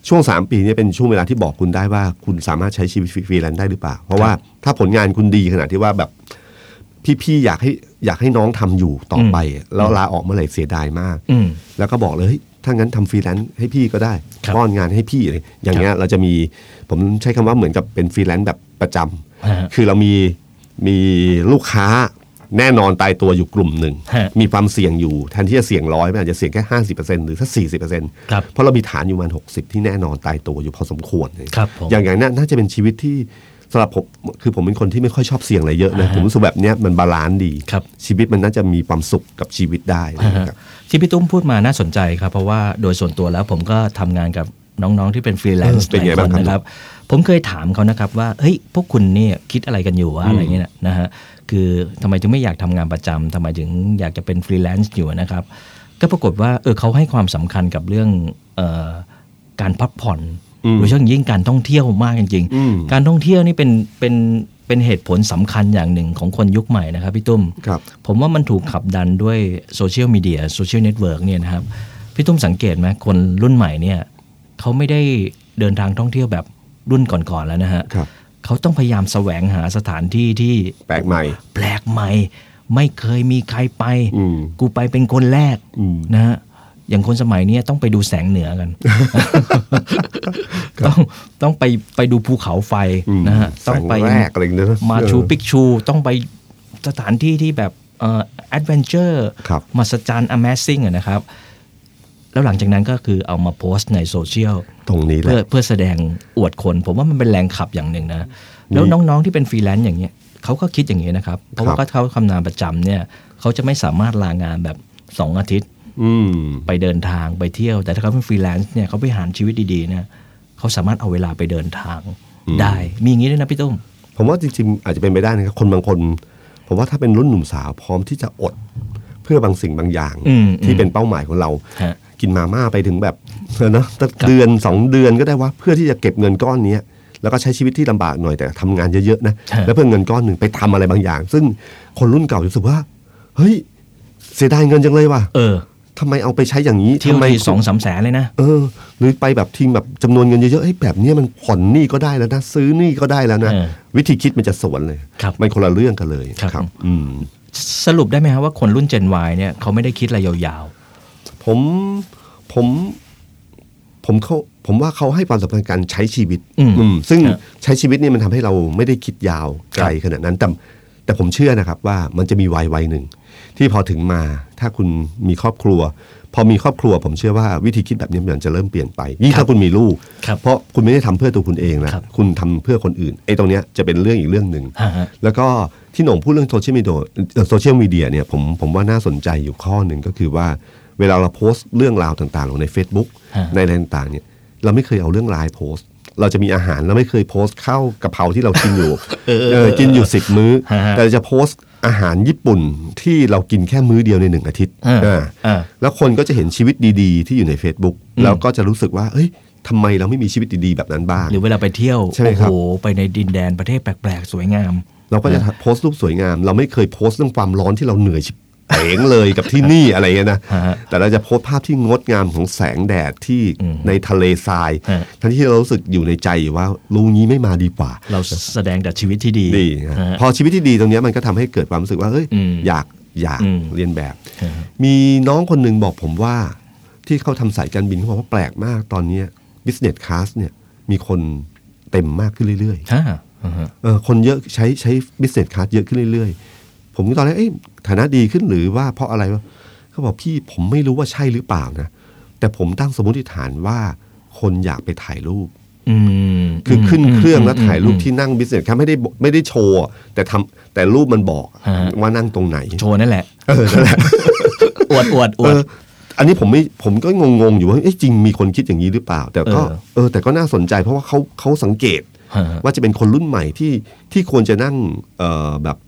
Speaker 5: ช่วง 3 ปีเนี้เป็นช่วงเวลาที่บอกคุณได้ว่าคุณสามารถใช้ชีวิตฟรีแลนซ์ได้หรือเปล่า เพราะว่าถ้าผลงานคุณดีขนาดที่ว่าแบบ พี่ๆอยากให้อยากให้น้องทำอยู่ต่อไป แล้วลาออกเมื่อไหร่เสียดายมาก
Speaker 4: อืม
Speaker 5: แล้วก็บอกเลยเฮ้ยถ้างั้นทำฟรีแลนซ์ให้พี่ก็ได้
Speaker 4: ครับ
Speaker 5: ป้อนงานให้พี่อะไรอย่างเงี้ยเราจะมีผมใช้คำว่าเหมือนกับเป็นฟรีแลนซ์แบบประจำ
Speaker 4: ฮะ
Speaker 5: คือเรามีมีลูกค้าแน่นอนตายตัวอยู่กลุ่มหนึ่ง
Speaker 4: ฮะ
Speaker 5: มีความเสี่ยงอยู่แทนที่จะเสี่ยงร้อยมันอาจจะเสี่ยงแค่ห้าสิบเปอร์เซ็นต์หรือสักสี่สิบเปอร์เซ็นต์
Speaker 4: ครับ
Speaker 5: เพราะเรามีฐานอยู่ประมาณหกสิบที่แน่นอนตายตัวอยู่พอสมควรเลย
Speaker 4: ครับผม
Speaker 5: อย่างอย่างนั้นน่าจะเป็นชีวิตที่สำหรับผมคือผมเป็นคนที่ไม่ค่อยชอบเสี่ยงอะไรเยอะนะผมรู้สึกแบบเนี้ยมันบาลานซ์ดี
Speaker 4: ครับ
Speaker 5: ชีวิตมันน่าจะมีความสุขกับชีวิตได้นะครับ
Speaker 4: ที่พี่ตุ้มพูดมาน่าสนใจครับ เพราะว่าโดยส่วนตัวแล้วผมก็ทำงานกับน้องๆที่เป็นฟรีแลนซ์
Speaker 5: เออเป็นไง
Speaker 4: หลายคน
Speaker 5: บ้างค
Speaker 4: นะครั
Speaker 5: รับ
Speaker 4: บ ผมเคยถามเขานะครับว่าเฮ้ยพวกคุณเนี่ยคิดอะไรกันอยู่วะอะไรเงี้ยนะฮะคือทำไมถึงไม่อยากทำงานประจำทำไมถึงอยากจะเป็นฟรีแลนซ์อยู่นะครับ ก็ปรากฏว่าเออเขาให้ความสำคัญกับเรื่องเออการพักผ่อนโดยเฉพาะอย่างยิ่งการท่องเที่ยวมากจริง ๆ การท่องเที่ยวนี่เป็นเป็นเป็นเหตุผลสำคัญอย่างหนึ่งของคนยุคใหม่นะครับพี่ตุ้ม
Speaker 5: ครับ
Speaker 4: ผมว่ามันถูกขับดันด้วยโซเชียลมีเดียโซเชียลเน็ตเวิร์กเนี่ยนะครับ พี่ตุ้มสังเกตไหมคนรุ่นใหม่เนี่ยเขาไม่ได้เดินทางท่องเที่ยวแบบรุ่นก่อนๆแล้วนะฮะ
Speaker 5: ครับ
Speaker 4: เขาต้องพยายามแสวงหาสถานที่ที่
Speaker 5: แปลกใหม่
Speaker 4: แปลกใหม่ ไม่เคยมีใครไป
Speaker 5: อืม
Speaker 4: กูไปเป็นคนแรก
Speaker 5: อืม
Speaker 4: นะฮะอย่างคนสมัยเนี้ยต้องไปดูแสงเหนือกัน ต้องต้องไปไปดูภูเขาไฟ
Speaker 5: อืม
Speaker 4: นะฮะต้องไป
Speaker 5: แสแรกอะไรอย่างเงี้ยนะ
Speaker 4: มาชูปิกชูต้องไปสถานที่ที่แบบเอ่อแอดเวนเจอร์
Speaker 5: ครับ
Speaker 4: มหัศจรรย์ Amazing อะนะครับ แล้วหลังจากนั้นก็คือเอามาโพสต์ในโซเชียล
Speaker 5: ตรงนี้แหละ
Speaker 4: เพื่อเพื่อแสดงอวดคน ผมว่ามันเป็นแรงขับอย่างหนึ่งนะ แล้วน้องๆที่เป็นฟรีแลนซ์อย่างเงี้ยเขาก็คิดอย่างนี้ยนะครับ เพราะว่า
Speaker 5: ครับ
Speaker 4: เขาทำงานประจำเนี่ยเขาจะไม่สามารถลางานแบบ 2 อาทิตย์
Speaker 5: อืม
Speaker 4: ไปเดินทางไปเที่ยว แต่ถ้าเขาเป็นฟรีแลนซ์เนี่ยเขาไปหารชีวิตดีๆเนี่ยเขาสามารถเอาเวลาไปเดินทางได้ มีอย่างนี้ด้วยนะพี่ตุ้ม
Speaker 5: ผมว่าจริงๆ อาจจะเป็นไปได้นะครับ คนบางคน ผมว่าถ้าเป็นรุ่นหนุ่มสาวพร้อมที่จะอดเพื่อบางสิ่งบางอย่าง
Speaker 4: อืม
Speaker 5: ที่เป็นเป้าหมายของเรา
Speaker 4: ฮะ
Speaker 5: กินมาม่าไปถึงแบบ [laughs] เนอะสักเดือนสองเดือนก็ได้ว่า เพื่อที่จะเก็บเงินก้อนเนี้ยแล้วก็ใช้ชีวิตที่ลำบากหน่อยแต่ทำงานเยอะๆนะ
Speaker 4: ฮะ
Speaker 5: แล้วเพื่อเงินก้อนหนึ่งไปทำอะไรบางอย่าง ซึ่งคนรุ่นเก่าจะรู้สึกว่า เฮ้ยเสียดายเงินจังเลยว่ะ
Speaker 4: เออ
Speaker 5: ทำไมเอาไปใช้อย่างนี้
Speaker 4: เที่ยว
Speaker 5: ทำไม
Speaker 4: ทีสองสามแสนเลยนะ
Speaker 5: เออหรือไปแบบทีมแบบจำนวนเงินเยอะๆเอ้ยแบบเนี้ยมันผ่อนหนี้ก็ได้แล้วนะ ซื้อหนี้ก็ได้แล้วนะ
Speaker 4: เออ
Speaker 5: วิธีคิดมันจะสวนเลย
Speaker 4: ครับ
Speaker 5: มันคนละเรื่องกันเลย
Speaker 4: ครับ
Speaker 5: อืม
Speaker 4: สรุปได้ไหมครับว่าคนรุ่น Gen Y เนี่ยเขาไม่ได้คิดอะไรยาว
Speaker 5: ผมผมผมเขาผมว่าเขาให้ความสำคัญกับการใช้ชีวิต อืมซึ่งใช้ชีวิตเนี่ยมันทำให้เราไม่ได้คิดยาวไกลขนาดนั้น แต่แต่ผมเชื่อนะครับว่ามันจะมีวัยวัยหนึ่ง ที่พอถึงมาถ้าคุณมีครอบครัว พอมีครอบครัว ผมเชื่อว่าวิธีคิดแบบนี้มันจะเริ่มเปลี่ยนไปยิ่งถ้าคุณมีลูก
Speaker 4: ครับ
Speaker 5: เพราะคุณไม่ได้ทำเพื่อตัวคุณเองนะครับ คุณทำเพื่อคนอื่นไอ้ตรงเนี้ยจะเป็นเรื่องอีกเรื่องหนึ่ง
Speaker 4: ฮะฮะ
Speaker 5: แล้วก็ที่หนงพูดเรื่องโซเชียลมีเดียโซเชียลมีเดียเนี่ยผมผมว่าน่าสนใจอยู่ข้อหนึ่งก็คือว่าเวลาเราโพสต์เรื่องราวต่างๆลงใน Facebook
Speaker 4: ฮะ
Speaker 5: ในอะไรต่างๆเนี่ยเราไม่เคยเอาเรื่องรายโพสต์ เราจะมีอาหารเราไม่เคยโพสต์ข้าวกะเพราที่เรากินอยู่
Speaker 4: [laughs]
Speaker 5: เออกินอยู่สิบมื้อ
Speaker 4: ฮะฮะ
Speaker 5: แต่เราจะโพสต์อาหารญี่ปุ่นที่เรากินแค่มื้อเดียวในหนึ่งอาทิตย์
Speaker 4: อ่า
Speaker 5: อ่า
Speaker 4: อ่า
Speaker 5: แล้วคนก็จะเห็นชีวิตดีๆ ที่อยู่ใน Facebook แล้วก็จะรู้สึกว่า เอ้ยทำไมเราไม่มีชีวิตดีๆ แบบนั้นบ้าง
Speaker 4: หรือเวลาไปเที่ยว
Speaker 5: ใช่ไหม
Speaker 4: โอ้
Speaker 5: ครั
Speaker 4: โห
Speaker 5: บ
Speaker 4: ไปในดินแดนประเทศแปลก ๆ สวยงาม
Speaker 5: เราก็จะโพสต์รูปสวยงาม เราไม่เคยโพสต์เรื่องความร้อนที่เราเหนื่อยชิบ เป๋งเลยกับที่
Speaker 4: [laughs]
Speaker 5: นี่อะไรเงี้ยนะ
Speaker 4: ฮะ
Speaker 5: แต่เราจะโพสต์ภาพที่งดงามของแสงแดดที่
Speaker 4: อืม
Speaker 5: ในทะเลทราย
Speaker 4: ฮะ
Speaker 5: ทั้งที่เรารู้สึกอยู่ในใจอยู่ว่าลุงนี้ไม่มาดีกว่า
Speaker 4: เราแสดงแต่ชีวิตที่ดี
Speaker 5: ดีฮะ
Speaker 4: นะฮะ
Speaker 5: พอชีวิตที่ดีตรงเนี้ยมันก็ทำให้เกิดความรู้สึกว่าเฮ้ย
Speaker 4: อืม
Speaker 5: อยากอยาก
Speaker 4: อืม
Speaker 5: เรียนแบบ
Speaker 4: ฮะ
Speaker 5: มีน้องคนหนึ่งบอกผมว่า ที่เขาทำสายการบินเขาบอกว่าแปลกมากตอนเนี้ย business class เนี่ยมีคนเต็มมากขึ้นเรื่อยๆ
Speaker 4: ฮะอ่าฮะ
Speaker 5: เออคนเยอะใช้ใช้บิสเนสค a า s เยอะขึ้นเรื่อยๆ ผมก็ตอนแรกเอ้ยฐานะดีขึ้นหรือว่าเพราะอะไรวะเขาบอกพี่ผมไม่รู้ว่าใช่หรือเปล่านะ แต่ผมตั้งสมมติฐานว่าคนอยากไปถ่ายรูป
Speaker 4: อืม
Speaker 5: คือขึ้น
Speaker 4: ม
Speaker 5: เครื่อง
Speaker 4: ม
Speaker 5: แล้วถ่ายรูป
Speaker 4: อืม
Speaker 5: ที่นั่งบิสเนสค a า s ไม่ได้บอกไม่ได้โชว์อะแต่ทำแต่รูปมันบอก
Speaker 4: ฮะ
Speaker 5: ว่านั่งตรงไหน
Speaker 4: โชว์นั่นแหละ
Speaker 5: เออนั่นแหละ
Speaker 4: อวดอวดอว
Speaker 5: เอ
Speaker 4: ด
Speaker 5: ออันนี้ผมไม่ผมก็งงๆอยู่ว่าเอ๊ะจริงมีคนคิดอย่างนี้หรือเปล่า แต่ก็
Speaker 4: เออ
Speaker 5: เออ แต่ก็น่าสนใจเพราะว่าเขาเขาสังเกต
Speaker 4: ฮะ
Speaker 5: ว่าจะเป็นคนรุ่นใหม่ที่ที่ควรจะนั่งเอ่อแบบ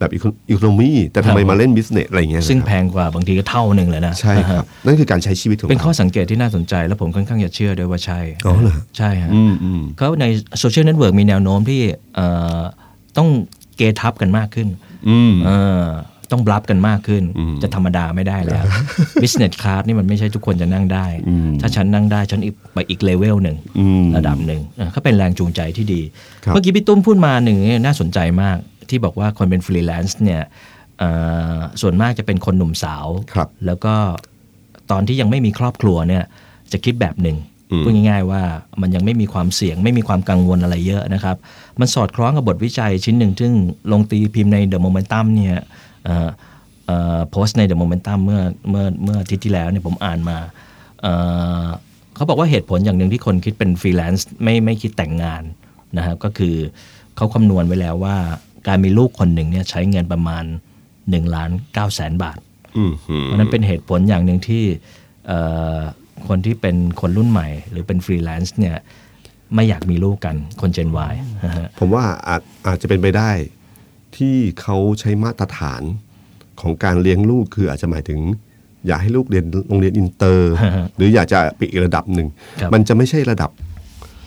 Speaker 5: แบบอีโคโนมีแต่ทำไม
Speaker 4: ครับ
Speaker 5: มาเล่นบิสเนสอะไรอย่างเงี้ยนะ
Speaker 4: ซึ่ง
Speaker 5: ครับ
Speaker 4: แพงกว่าบางทีก็เท่าหนึ่งเลยนะ
Speaker 5: ใช่ครับ
Speaker 4: อ่าฮ
Speaker 5: นั่นคือการใช้ชีวิตของ
Speaker 4: ะเป็นข้อ
Speaker 5: รา
Speaker 4: สังเกตที่น่าสนใจและผมค่อนข้างจะเชื่อด้วยว่าใช่
Speaker 5: อ๋อเหรอ
Speaker 4: ใช่ฮะ
Speaker 5: อืมอืม
Speaker 4: เขาในโซเชียลเน็ตเวิร์กมีแนวโน้มที่เอ่อต้องเกทับกันมากขึ้น
Speaker 5: อืม
Speaker 4: เออต้องบลับกันมากขึ้น
Speaker 5: อืม
Speaker 4: จะธรรมดาไม่ได้แล้ว Business Class นี่มันไม่ใช่ทุกคนจะนั่งได้
Speaker 5: อืม
Speaker 4: ถ้าฉันนั่งได้ฉันอีกไปอีกเลเวลหนึ่ง
Speaker 5: อืม
Speaker 4: ระดับหนึ่งเออก็เป็นแรงจูงใจที่ดี
Speaker 5: ครับ
Speaker 4: เมื่อกี้พี่ตุ้มพูดมาหนึ่งเนี่ยน่าสนใจมากที่บอกว่าคนเป็นฟรีแลนซ์เนี่ยเอ่อส่วนมากจะเป็นคนหนุ่มสาว
Speaker 5: ครับ
Speaker 4: แล้วก็ตอนที่ยังไม่มีครอบครัวเนี่ยจะคิดแบบหนึ่ง
Speaker 5: อืม
Speaker 4: พูดง่ายๆว่ามันยังไม่มีความเสี่ยง ไม่มีความกังวลอะไรเยอะนะครับ มันสอดคล้องกับบทวิจัยชิ้นหนึ่ง ซึ่งลงตีพิมพ์ใน The Momentum เนี่ยเอ่อเอ่อโพสต์ใน The Momentum เมื่อเมื่อเมื่ออาทิตย์ที่แล้วเนี่ยผมอ่านมาเอ่อเขาบอกว่าเหตุผลอย่างหนึ่งที่คนคิดเป็นฟรีแลนซ์ไม่ไม่คิดแต่งงานนะครับก็คือเขาคำนวณไว้แล้วว่าการมีลูกคนหนึ่งเนี่ยใช้เงินประมาณ1ล้าน9แสนบาท
Speaker 5: อืมอืม
Speaker 4: เพราะฉะนั้นเป็นเหตุผลอย่างหนึ่งที่เอ่อคนที่เป็นคนรุ่นใหม่ หรือเป็นฟรีแลนซ์เนี่ยไม่อยากมีลูกกันคนเจน Y ฮะ
Speaker 5: ผมว่าอาจอาจจะเป็นไปได้ที่เขาใช้มาตรฐานของการเลี้ยงลูกคืออาจจะหมายถึง อยากให้ลูกเรียนโรงเรียนอินเตอร์
Speaker 4: [laughs] ฮะฮะ
Speaker 5: หรืออยากจะไปอีกระดับหนึ่ง
Speaker 4: ครับ
Speaker 5: มันจะไม่ใช่ระดับ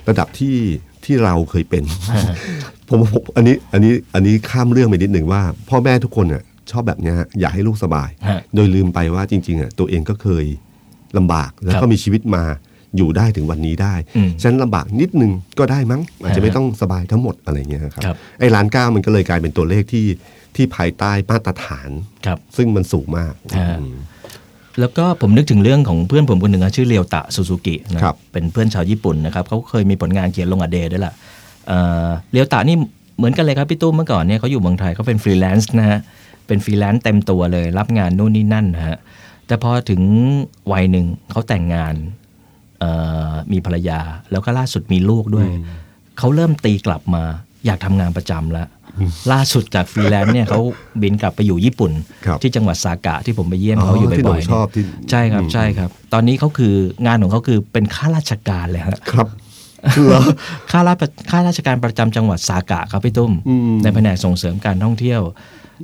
Speaker 5: ระดับที่ที่เราเคย
Speaker 4: [laughs]
Speaker 5: เป็น ผมผมอันนี้อันนี้อันนี้ข้ามเรื่องไปนิดหนึ่งว่า พ่อแม่ทุกคนอ่ะชอบแบบเนี้ยฮะอยากให้ลูกสบาย
Speaker 4: ฮะ
Speaker 5: โดยลืมไปว่าจริงๆอ่ะตัวเองก็เคยลำบากแล้ว
Speaker 4: ครั
Speaker 5: ก็
Speaker 4: บ
Speaker 5: มีชีวิตมาอยู่ได้ถึงวันนี้ได้
Speaker 4: อืม
Speaker 5: ฉะนันลำบากนิดนึงก็ได้มั้ง อาจจะไม่
Speaker 4: ฮะ
Speaker 5: ต้องสบายทั้งหมดอะไรเงี้ยครับ
Speaker 4: ครับ
Speaker 5: ไอ้ล้านเก้ามันก็เลยกลายเป็นตัวเลขที่ที่ภายใต้มาตรฐาน
Speaker 4: ครับ
Speaker 5: ซึ่งมันสูงมาก
Speaker 4: ฮะ
Speaker 5: อืม
Speaker 4: แล้วก็ผมนึกถึงเรื่องของเพื่อนผมคนหนึ่งอะชื่อเรียวตะซูซูกินะครับ เป็นเพื่อนชาวญี่ปุ่นนะครับเขาเคยมีผลงานเขียนลงอเดย์ด้วยล่ะเอ่อเรียวตะนี่เหมือนกันเลยครับพี่ตุ้มเมื่อก่อนเนี่ยเขาอยู่เมืองไทยเขาเป็นฟรีแลนซ์นะฮะเป็นฟรีแลนซ์เต็มตัวเลย รับงานนู่นนี่นั่นนะฮะแต่พอถึงวัยหนึ่งเขาแต่งงานเอ่อมีภรรยา แล้วก็ล่าสุดมีลูกด้วยเขาเริ่มตีกลับมาอยากทำงานประจำแล้วล่าสุดจากฟรีแลนซ์เนี่ยเขาบินกลับไปอยู่ญี่ปุ่น
Speaker 5: ครับ
Speaker 4: ที่จังหวัดซากะที่ผมไปเยี่ยมเขาอยู่
Speaker 5: ที่ห
Speaker 4: บ่อ
Speaker 5: นู
Speaker 4: ยๆ
Speaker 5: ช
Speaker 4: เนี่ย
Speaker 5: อบที่
Speaker 4: ใช่ครับ
Speaker 5: อืม
Speaker 4: ใช่ครับ ตอนนี้เขาคืองานของเขาคือเป็นข้าราชการเลยฮะ
Speaker 5: ครับ
Speaker 4: [laughs] ข้าราชข้าราชการประจำจังหวัดสากะครับพี่ตุ้ม
Speaker 5: อืม
Speaker 4: ในแผนกส่งเสริมการท่องเที่ยว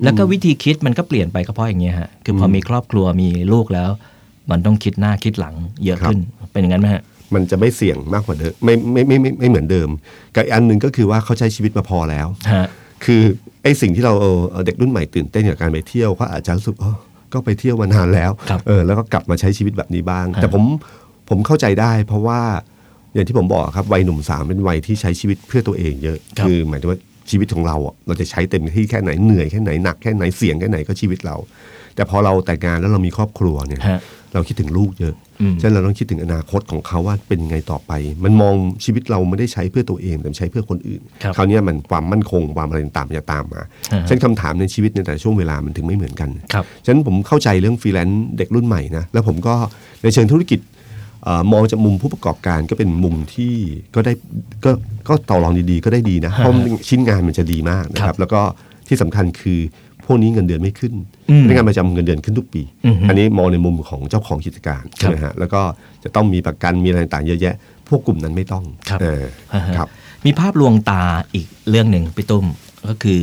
Speaker 4: แล้วก็วิธีคิดมันก็เปลี่ยนไปก็เพราะอย่างเงี้ยฮะคือพอมีครอบครัวมีลูกแล้ว มันต้องคิดหน้าคิดหลังเยอะขึ้นเป็นอย่างนั้นไหมฮะ
Speaker 5: มันจะไม่เสี่ยงมากกว่าเดิมไม่ไม่ไม่ไม่ไม่เหมือนเดิมกับอีกอันหนึ่งก็คือว่าเขาใช้ชีวิตมาพอแล้ว
Speaker 4: ฮะ
Speaker 5: คือไอ้สิ่งที่เราเออเด็กรุ่นใหม่ตื่นเต้นกับการไปเที่ยวก็อาจจะรู้สึกอ๋อก็ไปเที่ยวมานานแล้ว
Speaker 4: ครับ
Speaker 5: เออแล้วก็กลับมาใช้ชีวิตแบบนี้บ้าง แต่ผมผมเข้าใจได้ เพราะว่าอย่างที่ผมบอกครับวัยหนุ่มสามเป็นวัยที่ใช้ชีวิตเพื่อตัวเองเยอะ
Speaker 4: ครับ
Speaker 5: อหมายถึงว่าชีวิตของเราอะเราจะใช้เต็มที่แค่ไหนเหนื่อยแค่ไหนหนักแค่ไหนเสี่ยงแค่ไหนก็ชีวิตเรา แต่พอเราแต่งงานแล้วเรามีครอบครัวเนี่ย
Speaker 4: ฮะ
Speaker 5: เราคิดถึงลูกเยอะ
Speaker 4: อืม
Speaker 5: ฉะนั้นเราต้องคิดถึงอนาคตของเขาว่าเป็นยังไงต่อไป มันมองชีวิตเราไม่ได้ใช้เพื่อตัวเองแต่มันใช้เพื่อคนอื่น
Speaker 4: ครับ
Speaker 5: คราวเนี้ยมันความมั่นคงความอะไรต่างๆมันจะตามมา
Speaker 4: อ่าฮะ
Speaker 5: ฉะนันคำถามในชีวิตในแต่ละช่วงเวลามันถึงไม่เหมือนกัน
Speaker 4: ครับ
Speaker 5: ฉะนั้นผมเข้าใจเรื่องฟรีแลนซ์เด็กรุ่นใหม่นะ แล้วผมก็ในเชิงธุรกิจเออมองจากมุมผู้ประกอบการก็เป็นมุมที่ก็ได้ก็ก็ต่อรองดีๆ ก็ได้ดีนะ เพราะมันชิ้นงานมันจะดีมากนะค
Speaker 4: ครั
Speaker 5: รั
Speaker 4: บบ
Speaker 5: แล้วก็ที่สำคัญคือพวกนี้เงินเดือนไม่ขึ้น
Speaker 4: อืม
Speaker 5: พนักงานประจำเงินเดือนขึ้นทุกปี
Speaker 4: อือฮึ
Speaker 5: อันนี้มองในมุมของเจ้าของกิจการ
Speaker 4: ครับ
Speaker 5: ใช่ไหมฮะแล้วก็จะต้องมีประกันมีอะไรต่างๆเยอะแยะ พวกกลุ่มนั้นไม่ต้อง
Speaker 4: ครับ
Speaker 5: เออครับ
Speaker 4: มีภาพลวงตาอีกเรื่องหนึ่งพี่ตุ้มก็คือ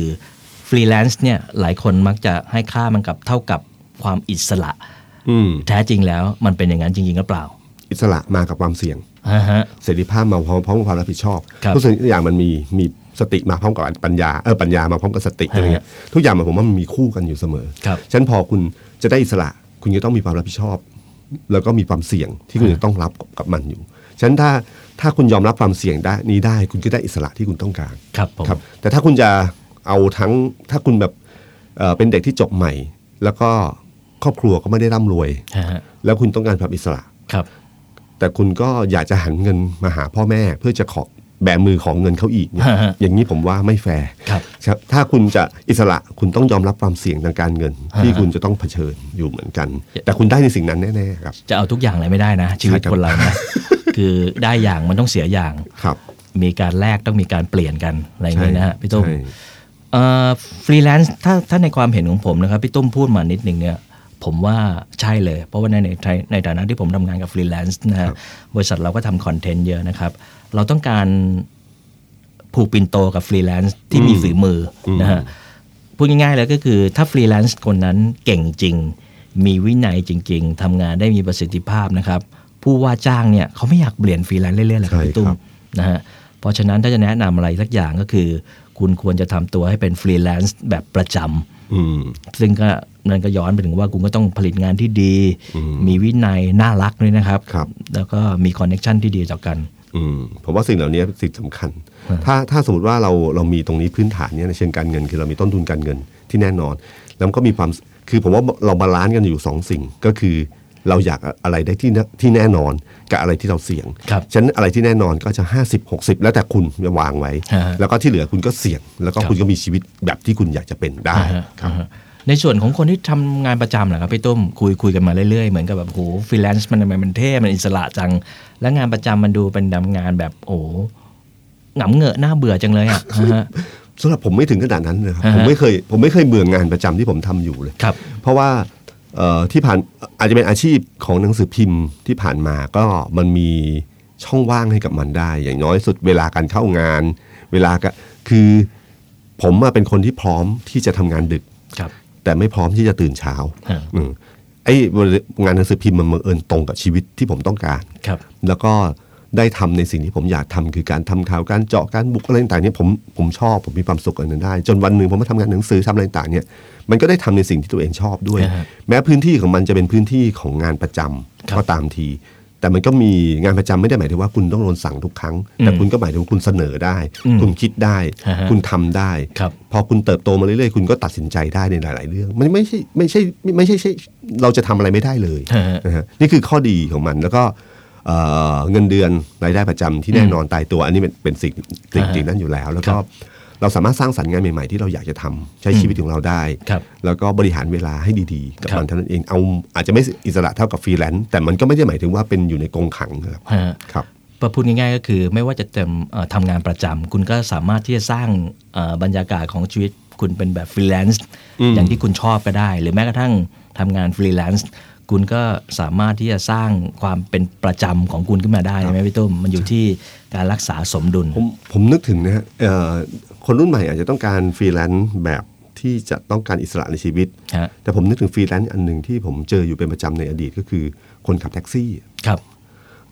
Speaker 4: ฟรีแลนซ์เนี่ยหลายคนมักจะให้ค่ามันกับเท่ากับความอิสระ
Speaker 5: อืม
Speaker 4: แท้จริงแล้วมันเป็นอย่างนั้นจริงๆหรือเปล่า
Speaker 5: อิสระมากับความเสี่ยง
Speaker 4: ฮะฮะ
Speaker 5: เสรีภาพมาพร้อมพร้อมกับความรับผิดชอบ
Speaker 4: ครับ
Speaker 5: ทุกสิ่งทุกอย่างมันมีมีสติมาพร้อมกับปัญญาเออปัญญามาพร้อมกับสติ
Speaker 4: ฮะ
Speaker 5: อะไรเงี้ยทุกอย่างมันผมว่ามันมีคู่กันอยู่เสมอ
Speaker 4: ครับ
Speaker 5: ฉะนันพอคุณ จะได้อิสระคุณจะต้องมีความรับผิดชอบ แล้วก็มีความเสี่ยงที่คุณจะต้องรับกับมันอยู่ฉะนั้นถ้าถ้าคุณยอมรับความเสี่ยงได้นี้ได้ คุณก็ได้อิสระที่คุณต้องการ
Speaker 4: ครับผม
Speaker 5: ครับแต่ถ้าคุณจะเอาทั้งถ้าคุณแบบเอ่อเป็นเด็กที่จบใหม่ แล้วก็ครอบครัวก็ไม่ได้ร่ำรวย
Speaker 4: ฮะฮะ
Speaker 5: แล้วคุณต้องการความอิสระ
Speaker 4: ครับ
Speaker 5: แต่คุณก็อยากจะหันเงินมาหาพ่อแม่เพื่อจะขอแบมือของเงินเขาอีกเนี่ยอย่างนี้ผมว่าไม่แฟร์
Speaker 4: ครับ
Speaker 5: ครับถ้าคุณจะอิสระคุณต้องยอมรับความเสี่ยงทางการเงิน ที่
Speaker 4: ฮะ
Speaker 5: คุณจะต้องเผชิญอยู่เหมือนกัน แต่คุณได้ในสิ่งนั้นแน่ๆครับ
Speaker 4: จะเอาทุกอย่างเลยไม่ได้นะ ชีวิต
Speaker 5: ใช่ครับ
Speaker 4: คนเรานะ [laughs] คือได้อย่างมันต้องเสียอย่าง
Speaker 5: ครับ
Speaker 4: มีการแลกต้องมีการเปลี่ยนกันอะไรอย่างนี้นะฮะพี่ตุ้ม
Speaker 5: ใช่
Speaker 4: ฟรีแลนซ์ถ้าถ้าในความเห็นของผมนะครับพี่ตุ้มพูดมานิดนึงเนี่ยผมว่าใช่เลย เพราะว่าในในในฐานะที่ผมทำงานกับฟรีแลนซ์นะฮะบริษัทเราก็ทำคอนเทนต์เยอะนะครับ เราต้องการผูกปินโตกับฟรีแลนซ์ที่มีฝีมืออนะฮะ พูดง่ายๆเลยก็คือถ้าฟรีแลนซ์คนนั้นเก่งจริง มีวินัยจริง ๆทำงานได้มีประสิทธิภาพนะครับ ผู้ว่าจ้างเนี่ยเขาไม่อยากเปลี่ยนฟรีแลนซ์เรื่อยๆหรอกครับพี่ตุ้มนะฮะเพราะฉะนั้นถ้าจะแนะนำอะไรสักอย่างก็คือ คุณควรจะทำตัวให้เป็นฟรีแลนซ์แบบประจำ
Speaker 5: อืม
Speaker 4: ซึ่งก็นั่นก็ย้อนไปถึงว่าคุณก็ต้องผลิตงานที่ดี มีวินัยน่ารักด้วยนะครับ
Speaker 5: ครับ
Speaker 4: แล้วก็มีคอนเน็ชันที่ดีต่อกัน
Speaker 5: อืมผมว่าสิ่งเหล่านี้เป็นสิ่งสำคัญ ถ้าถ้าสมมติว่าเราเรามีตรงนี้พื้นฐานเนี่ยในเชิงการเงิน คือเรามีต้นทุนการเงินที่แน่นอน แล้วมันก็มีความคือผมว่าเราบาลานซ์กันอยู่สองสิ่งก็คือ เราอยากอะไรได้ที่แน่ที่แน่นอนกับอะไรที่เราเสี่ยง
Speaker 4: ครับ
Speaker 5: ฉะนั้นอะไรที่แน่นอนก็จะ 50 60 แล้วแต่คุณจะวางไว้
Speaker 4: ฮะฮะ
Speaker 5: แล้วก็ที่เหลือคุณก็เสี่ยง แล้วก็
Speaker 4: ครับ
Speaker 5: คุณก็มีชีวิตแบบที่คุณอยากจะเป็นได้
Speaker 4: อ่าฮะ
Speaker 5: ครับ
Speaker 4: อ่าฮะในส่วนของคนที่ทำงานประจำเหรอครับพี่ตุ้มคุยคุยกันมาเรื่อยๆ เหมือนกับแบบโหฟรีแลนซ์มันทำไมมันเท่ มันอิสระจัง และงานประจำมันดูเป็นดำงานแบบโอ้หงำเหงอะหน้าเบื่อจังเลย
Speaker 5: [laughs]
Speaker 4: อ่ะ อ่าฮะ
Speaker 5: สำหรับผมไม่ถึงขนาดนั้นนะครับ
Speaker 4: ฮะ
Speaker 5: ผมไม่เคยผมไม่เคยเบื่องานประจำที่ผมทำอยู่เลย
Speaker 4: ครับ
Speaker 5: เพราะว่าเอ่อที่ผ่านอาจจะเป็นอาชีพของหนังสือพิมพ์ที่ผ่านมาก็มันมีช่องว่างให้กับมันได้ อย่างน้อยสุดเวลาการเข้างาน เวลาก็คือผมอะเป็นคนที่พร้อมที่จะทำงานดึก
Speaker 4: ครับ
Speaker 5: แต่ไม่พร้อมที่จะตื่นเช้า
Speaker 4: ฮะ
Speaker 5: อืมไอ้งานหนังสือพิมพ์มันบังเอิญตรงกับชีวิตที่ผมต้องการ
Speaker 4: ครับ
Speaker 5: แล้วก็ได้ทำในสิ่งที่ผมอยากทำคือการทำข่าวการเจาะการบุกอะไรต่างๆเนี่ยผมผมชอบผมมีความสุขกับมันได้ จนวันหนึ่งผมมาทำงานหนังสือทำอะไรต่างๆเนี่ยมันก็ได้ทำในสิ่งที่ตัวเองชอบด้วย
Speaker 4: อ่าฮะ
Speaker 5: แม้พื้นที่ของมันจะเป็นพื้นที่ของงานประจำ
Speaker 4: ครับ
Speaker 5: ก็ตามที แต่มันก็มีงานประจำไม่ได้หมายถึงว่าคุณต้องโดนสั่งทุกครั้ง แต่
Speaker 4: อืม
Speaker 5: คุณก็หมายถึงว่าคุณเสนอได้
Speaker 4: อืม
Speaker 5: คุณคิดได้
Speaker 4: อ่าฮะ
Speaker 5: คุณทำได้
Speaker 4: ครับ
Speaker 5: พอคุณเติบโตมาเรื่อยๆ คุณก็ตัดสินใจได้ในหลาย ๆ เรื่อง มันไม่ใช่ไม่ใช่ไม่ใช่ใช่เราจะทำอะไรไม่ได้เลย
Speaker 4: ฮะฮะ
Speaker 5: นะฮะนี่คือข้อดีของมันแล้วก็เอ่อเงินเดือนรายได้ประจำที่แน่นอนตายตัว อันนี้เป็นเป็นสิ่งสิ่ง
Speaker 4: อ่าฮะ
Speaker 5: สิ่งนั้นอยู่แล้ว แล้ว
Speaker 4: ค
Speaker 5: ก็
Speaker 4: รับ
Speaker 5: เราสามารถสร้างสรรค์งานใหม่ ๆ ที่เราอยากจะทำใช้ชีวิตของเราได้
Speaker 4: ครับ
Speaker 5: แล้วก็บริหารเวลาให้ดีๆ กับ
Speaker 4: ครับ
Speaker 5: มันเท่านั้นเองเอาอาจจะไม่อิสระเท่ากับฟรีแลนซ์แต่มันก็ไม่ได้หมายถึงว่าเป็นอยู่ในกรงขังครับ
Speaker 4: ฮะ
Speaker 5: ครับ
Speaker 4: พอพูดง่ายๆก็คือไม่ว่าจะเต็มเอ่อทำงานประจำคุณก็สามารถที่จะสร้างเอ่อบรรยากาศของชีวิตคุณเป็นแบบฟรีแลนซ์อย่างที่คุณชอบก็ได้ หรือแม้กระทั่งทำงานฟรีแลนซ์คุณก็สามารถที่จะสร้างความเป็นประจำของคุณขึ้นมาได้ใช่ไหมพี่ตุ้มมันอยู่ที่การรักษาสมดุล
Speaker 5: ผมผมนึกถึงนะฮะเอ่อคนรุ่นใหม่อาจจะต้องการฟรีแลนซ์แบบที่จะต้องการอิสระในชีวิต
Speaker 4: ฮะ
Speaker 5: แต่ผมนึกถึงฟรีแลนซ์อันหนึ่งที่ผมเจออยู่เป็นประจำในอดีตก็คือคนขับแท็กซี่
Speaker 4: ครับ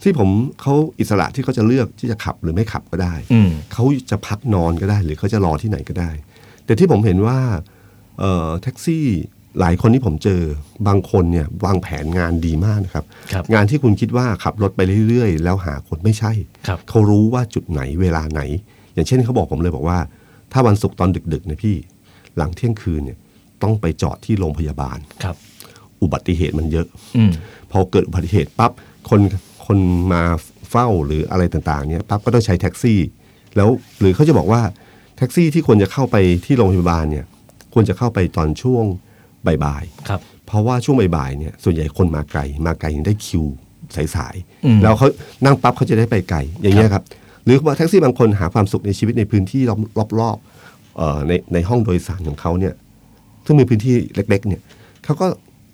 Speaker 5: ที่ผมเขาอิสระที่เขาจะเลือกที่จะขับหรือไม่ขับก็ได้
Speaker 4: อืม
Speaker 5: เขาจะพักนอนก็ได้ หรือเขาจะรอที่ไหนก็ได้ แต่ที่ผมเห็นว่าเอ่อแท็กซี่หลายคนที่ผมเจอบางคนเนี่ยวางแผนงานดีมากนะครับ
Speaker 4: ครับ
Speaker 5: งานที่คุณคิดว่าขับรถไปเรื่อยๆ แล้วหาคนไม่ใช่
Speaker 4: ครับ
Speaker 5: เขารู้ว่าจุดไหนเวลาไหน อย่างเช่นเขาบอกผมเลยบอกว่า ถ้าวันศุกร์ตอนดึกๆเนะพี่หลังเที่ยงคืนเนี่ยต้องไปจอดที่โรงพยาบาล
Speaker 4: ครับ
Speaker 5: อุบัติเหตุมันเยอะ
Speaker 4: อืม
Speaker 5: พอเกิดอุบัติเหตุปั๊บคนคนมาเฝ้าหรืออะไรต่างๆเนี่ยปั๊บก็ต้องใช้แท็กซี่ แล้วหรือเขาจะบอกว่าแท็กซี่ที่ควรจะเข้าไปที่โรงพยาบาลเนี่ยควรจะเข้าไปตอนช่วงบ่าย
Speaker 4: ครับ
Speaker 5: ๆเพราะว่าช่วงบ่ายๆเนี่ยส่วนใหญ่คนมาไกลมาไกลยังได้คิวสาย
Speaker 4: อืม
Speaker 5: ๆแล้วเขานั่งปั๊บเขาจะได้ไปไกลอย่างเงี้ยครับหรือว่าแท็กซี่บางคนหาความสุขในชีวิตในพื้นที่รอบๆเอ่อในในห้องโดยสารของเขาเนี่ย ซึ่งมีพื้นที่เล็ก ๆ เนี่ยเขาก็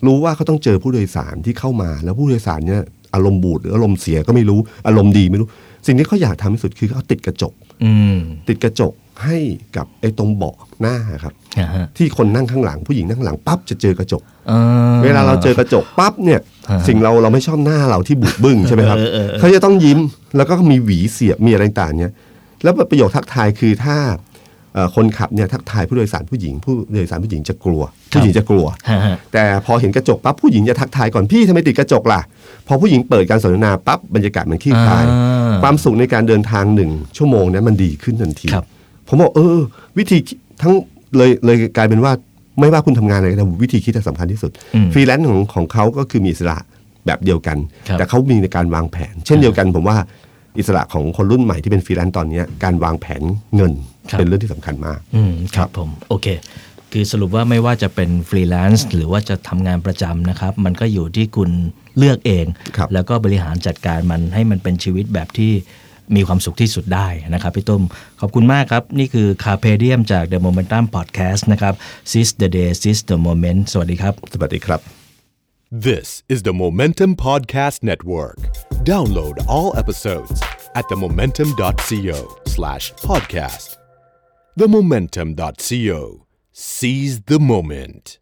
Speaker 5: รู้ว่าเขาต้องเจอผู้โดยสารที่เข้ามา แล้วผู้โดยสารเนี่ยอารมณ์บูดหรืออารมณ์เสียก็ไม่รู้อารมณ์ดีไม่รู้ สิ่งที่เขาอยากทำที่สุดคือเขาติดกระจก
Speaker 4: อืม
Speaker 5: ติดกระจกให้กับไอ้ตรงเบาะหน้าครับ
Speaker 4: นะฮะ
Speaker 5: ที่คนนั่งข้างหลังผู้หญิงนั่งข้างหลังปั๊บจะเจอกระจก
Speaker 4: อ่อ
Speaker 5: เวลาเราเจอกระจกปั๊บเนี่ยสิ่งเราเราไม่ชอบหน้าเราที่บุด
Speaker 4: [laughs]
Speaker 5: บึ้งใช่ไหมครับ
Speaker 4: เออเออเออ
Speaker 5: เขาจะต้องยิ้มแล้วก็มีหวีเสียบมีอะไรต่างๆเนี่ยแล้วประโยคทักทายคือถ้า เอ่อคนขับเนี่ยทักทายผู้โดยสารผู้หญิง ผู้โดยสารผู้หญิงจะกลัว ผู้หญิงจะกลัว
Speaker 4: ฮะฮะ
Speaker 5: แต่พอเห็นกระจกปั๊บผู้หญิงจะทักทายก่อนพี่ทำไมติดกระจกล่ะ พอผู้หญิงเปิดการสนทนาปั๊บบรรยากาศมันคลี่คลาย
Speaker 4: อ่า
Speaker 5: ความสุขในการเดินทางหนึ่งชั่วโมงนั้นมันดีขึ้นทันที
Speaker 4: ครับ
Speaker 5: ผมบอกเออ วิธีคิดทั้งเลยเลยกลายเป็นว่าไม่ว่าคุณทำงานอะไรก็ตามวิธีคิดน่ะสำคัญที่สุด
Speaker 4: อืม
Speaker 5: ฟรีแลนซ์ของของเขาก็คือมีอิสระแบบเดียวกัน
Speaker 4: ครับ
Speaker 5: แต่เขามีในการวางแผน เช่นเดียวกัน ผมว่าอิสระของคนรุ่นใหม่ที่เป็นฟรีแลนซ์ตอนเนี้ยการวางแผนเงินเป็นเรื่องที่สำคัญมาก
Speaker 4: อืมครับผมโอเค คือสรุปว่าไม่ว่าจะเป็นฟรีแลนซ์หรือว่าจะทำงานประจำนะครับ มันก็อยู่ที่คุณเลือกเอง
Speaker 5: ครับ
Speaker 4: แล้วก็บริหารจัดการมันให้มันเป็นชีวิตแบบที่มีความสุขที่สุดได้นะครับพี่ตุ้มขอบคุณมากครับ นี่คือคาเพเดียมจาก The Momentum Podcast นะครับ Seize the day seize the moment สวัสดีครับ
Speaker 5: สวัสดีครับ
Speaker 1: This is the Momentum Podcast Network. Download all episodes at themomentum.co slash podcast. Themomentum.co. Seize the moment.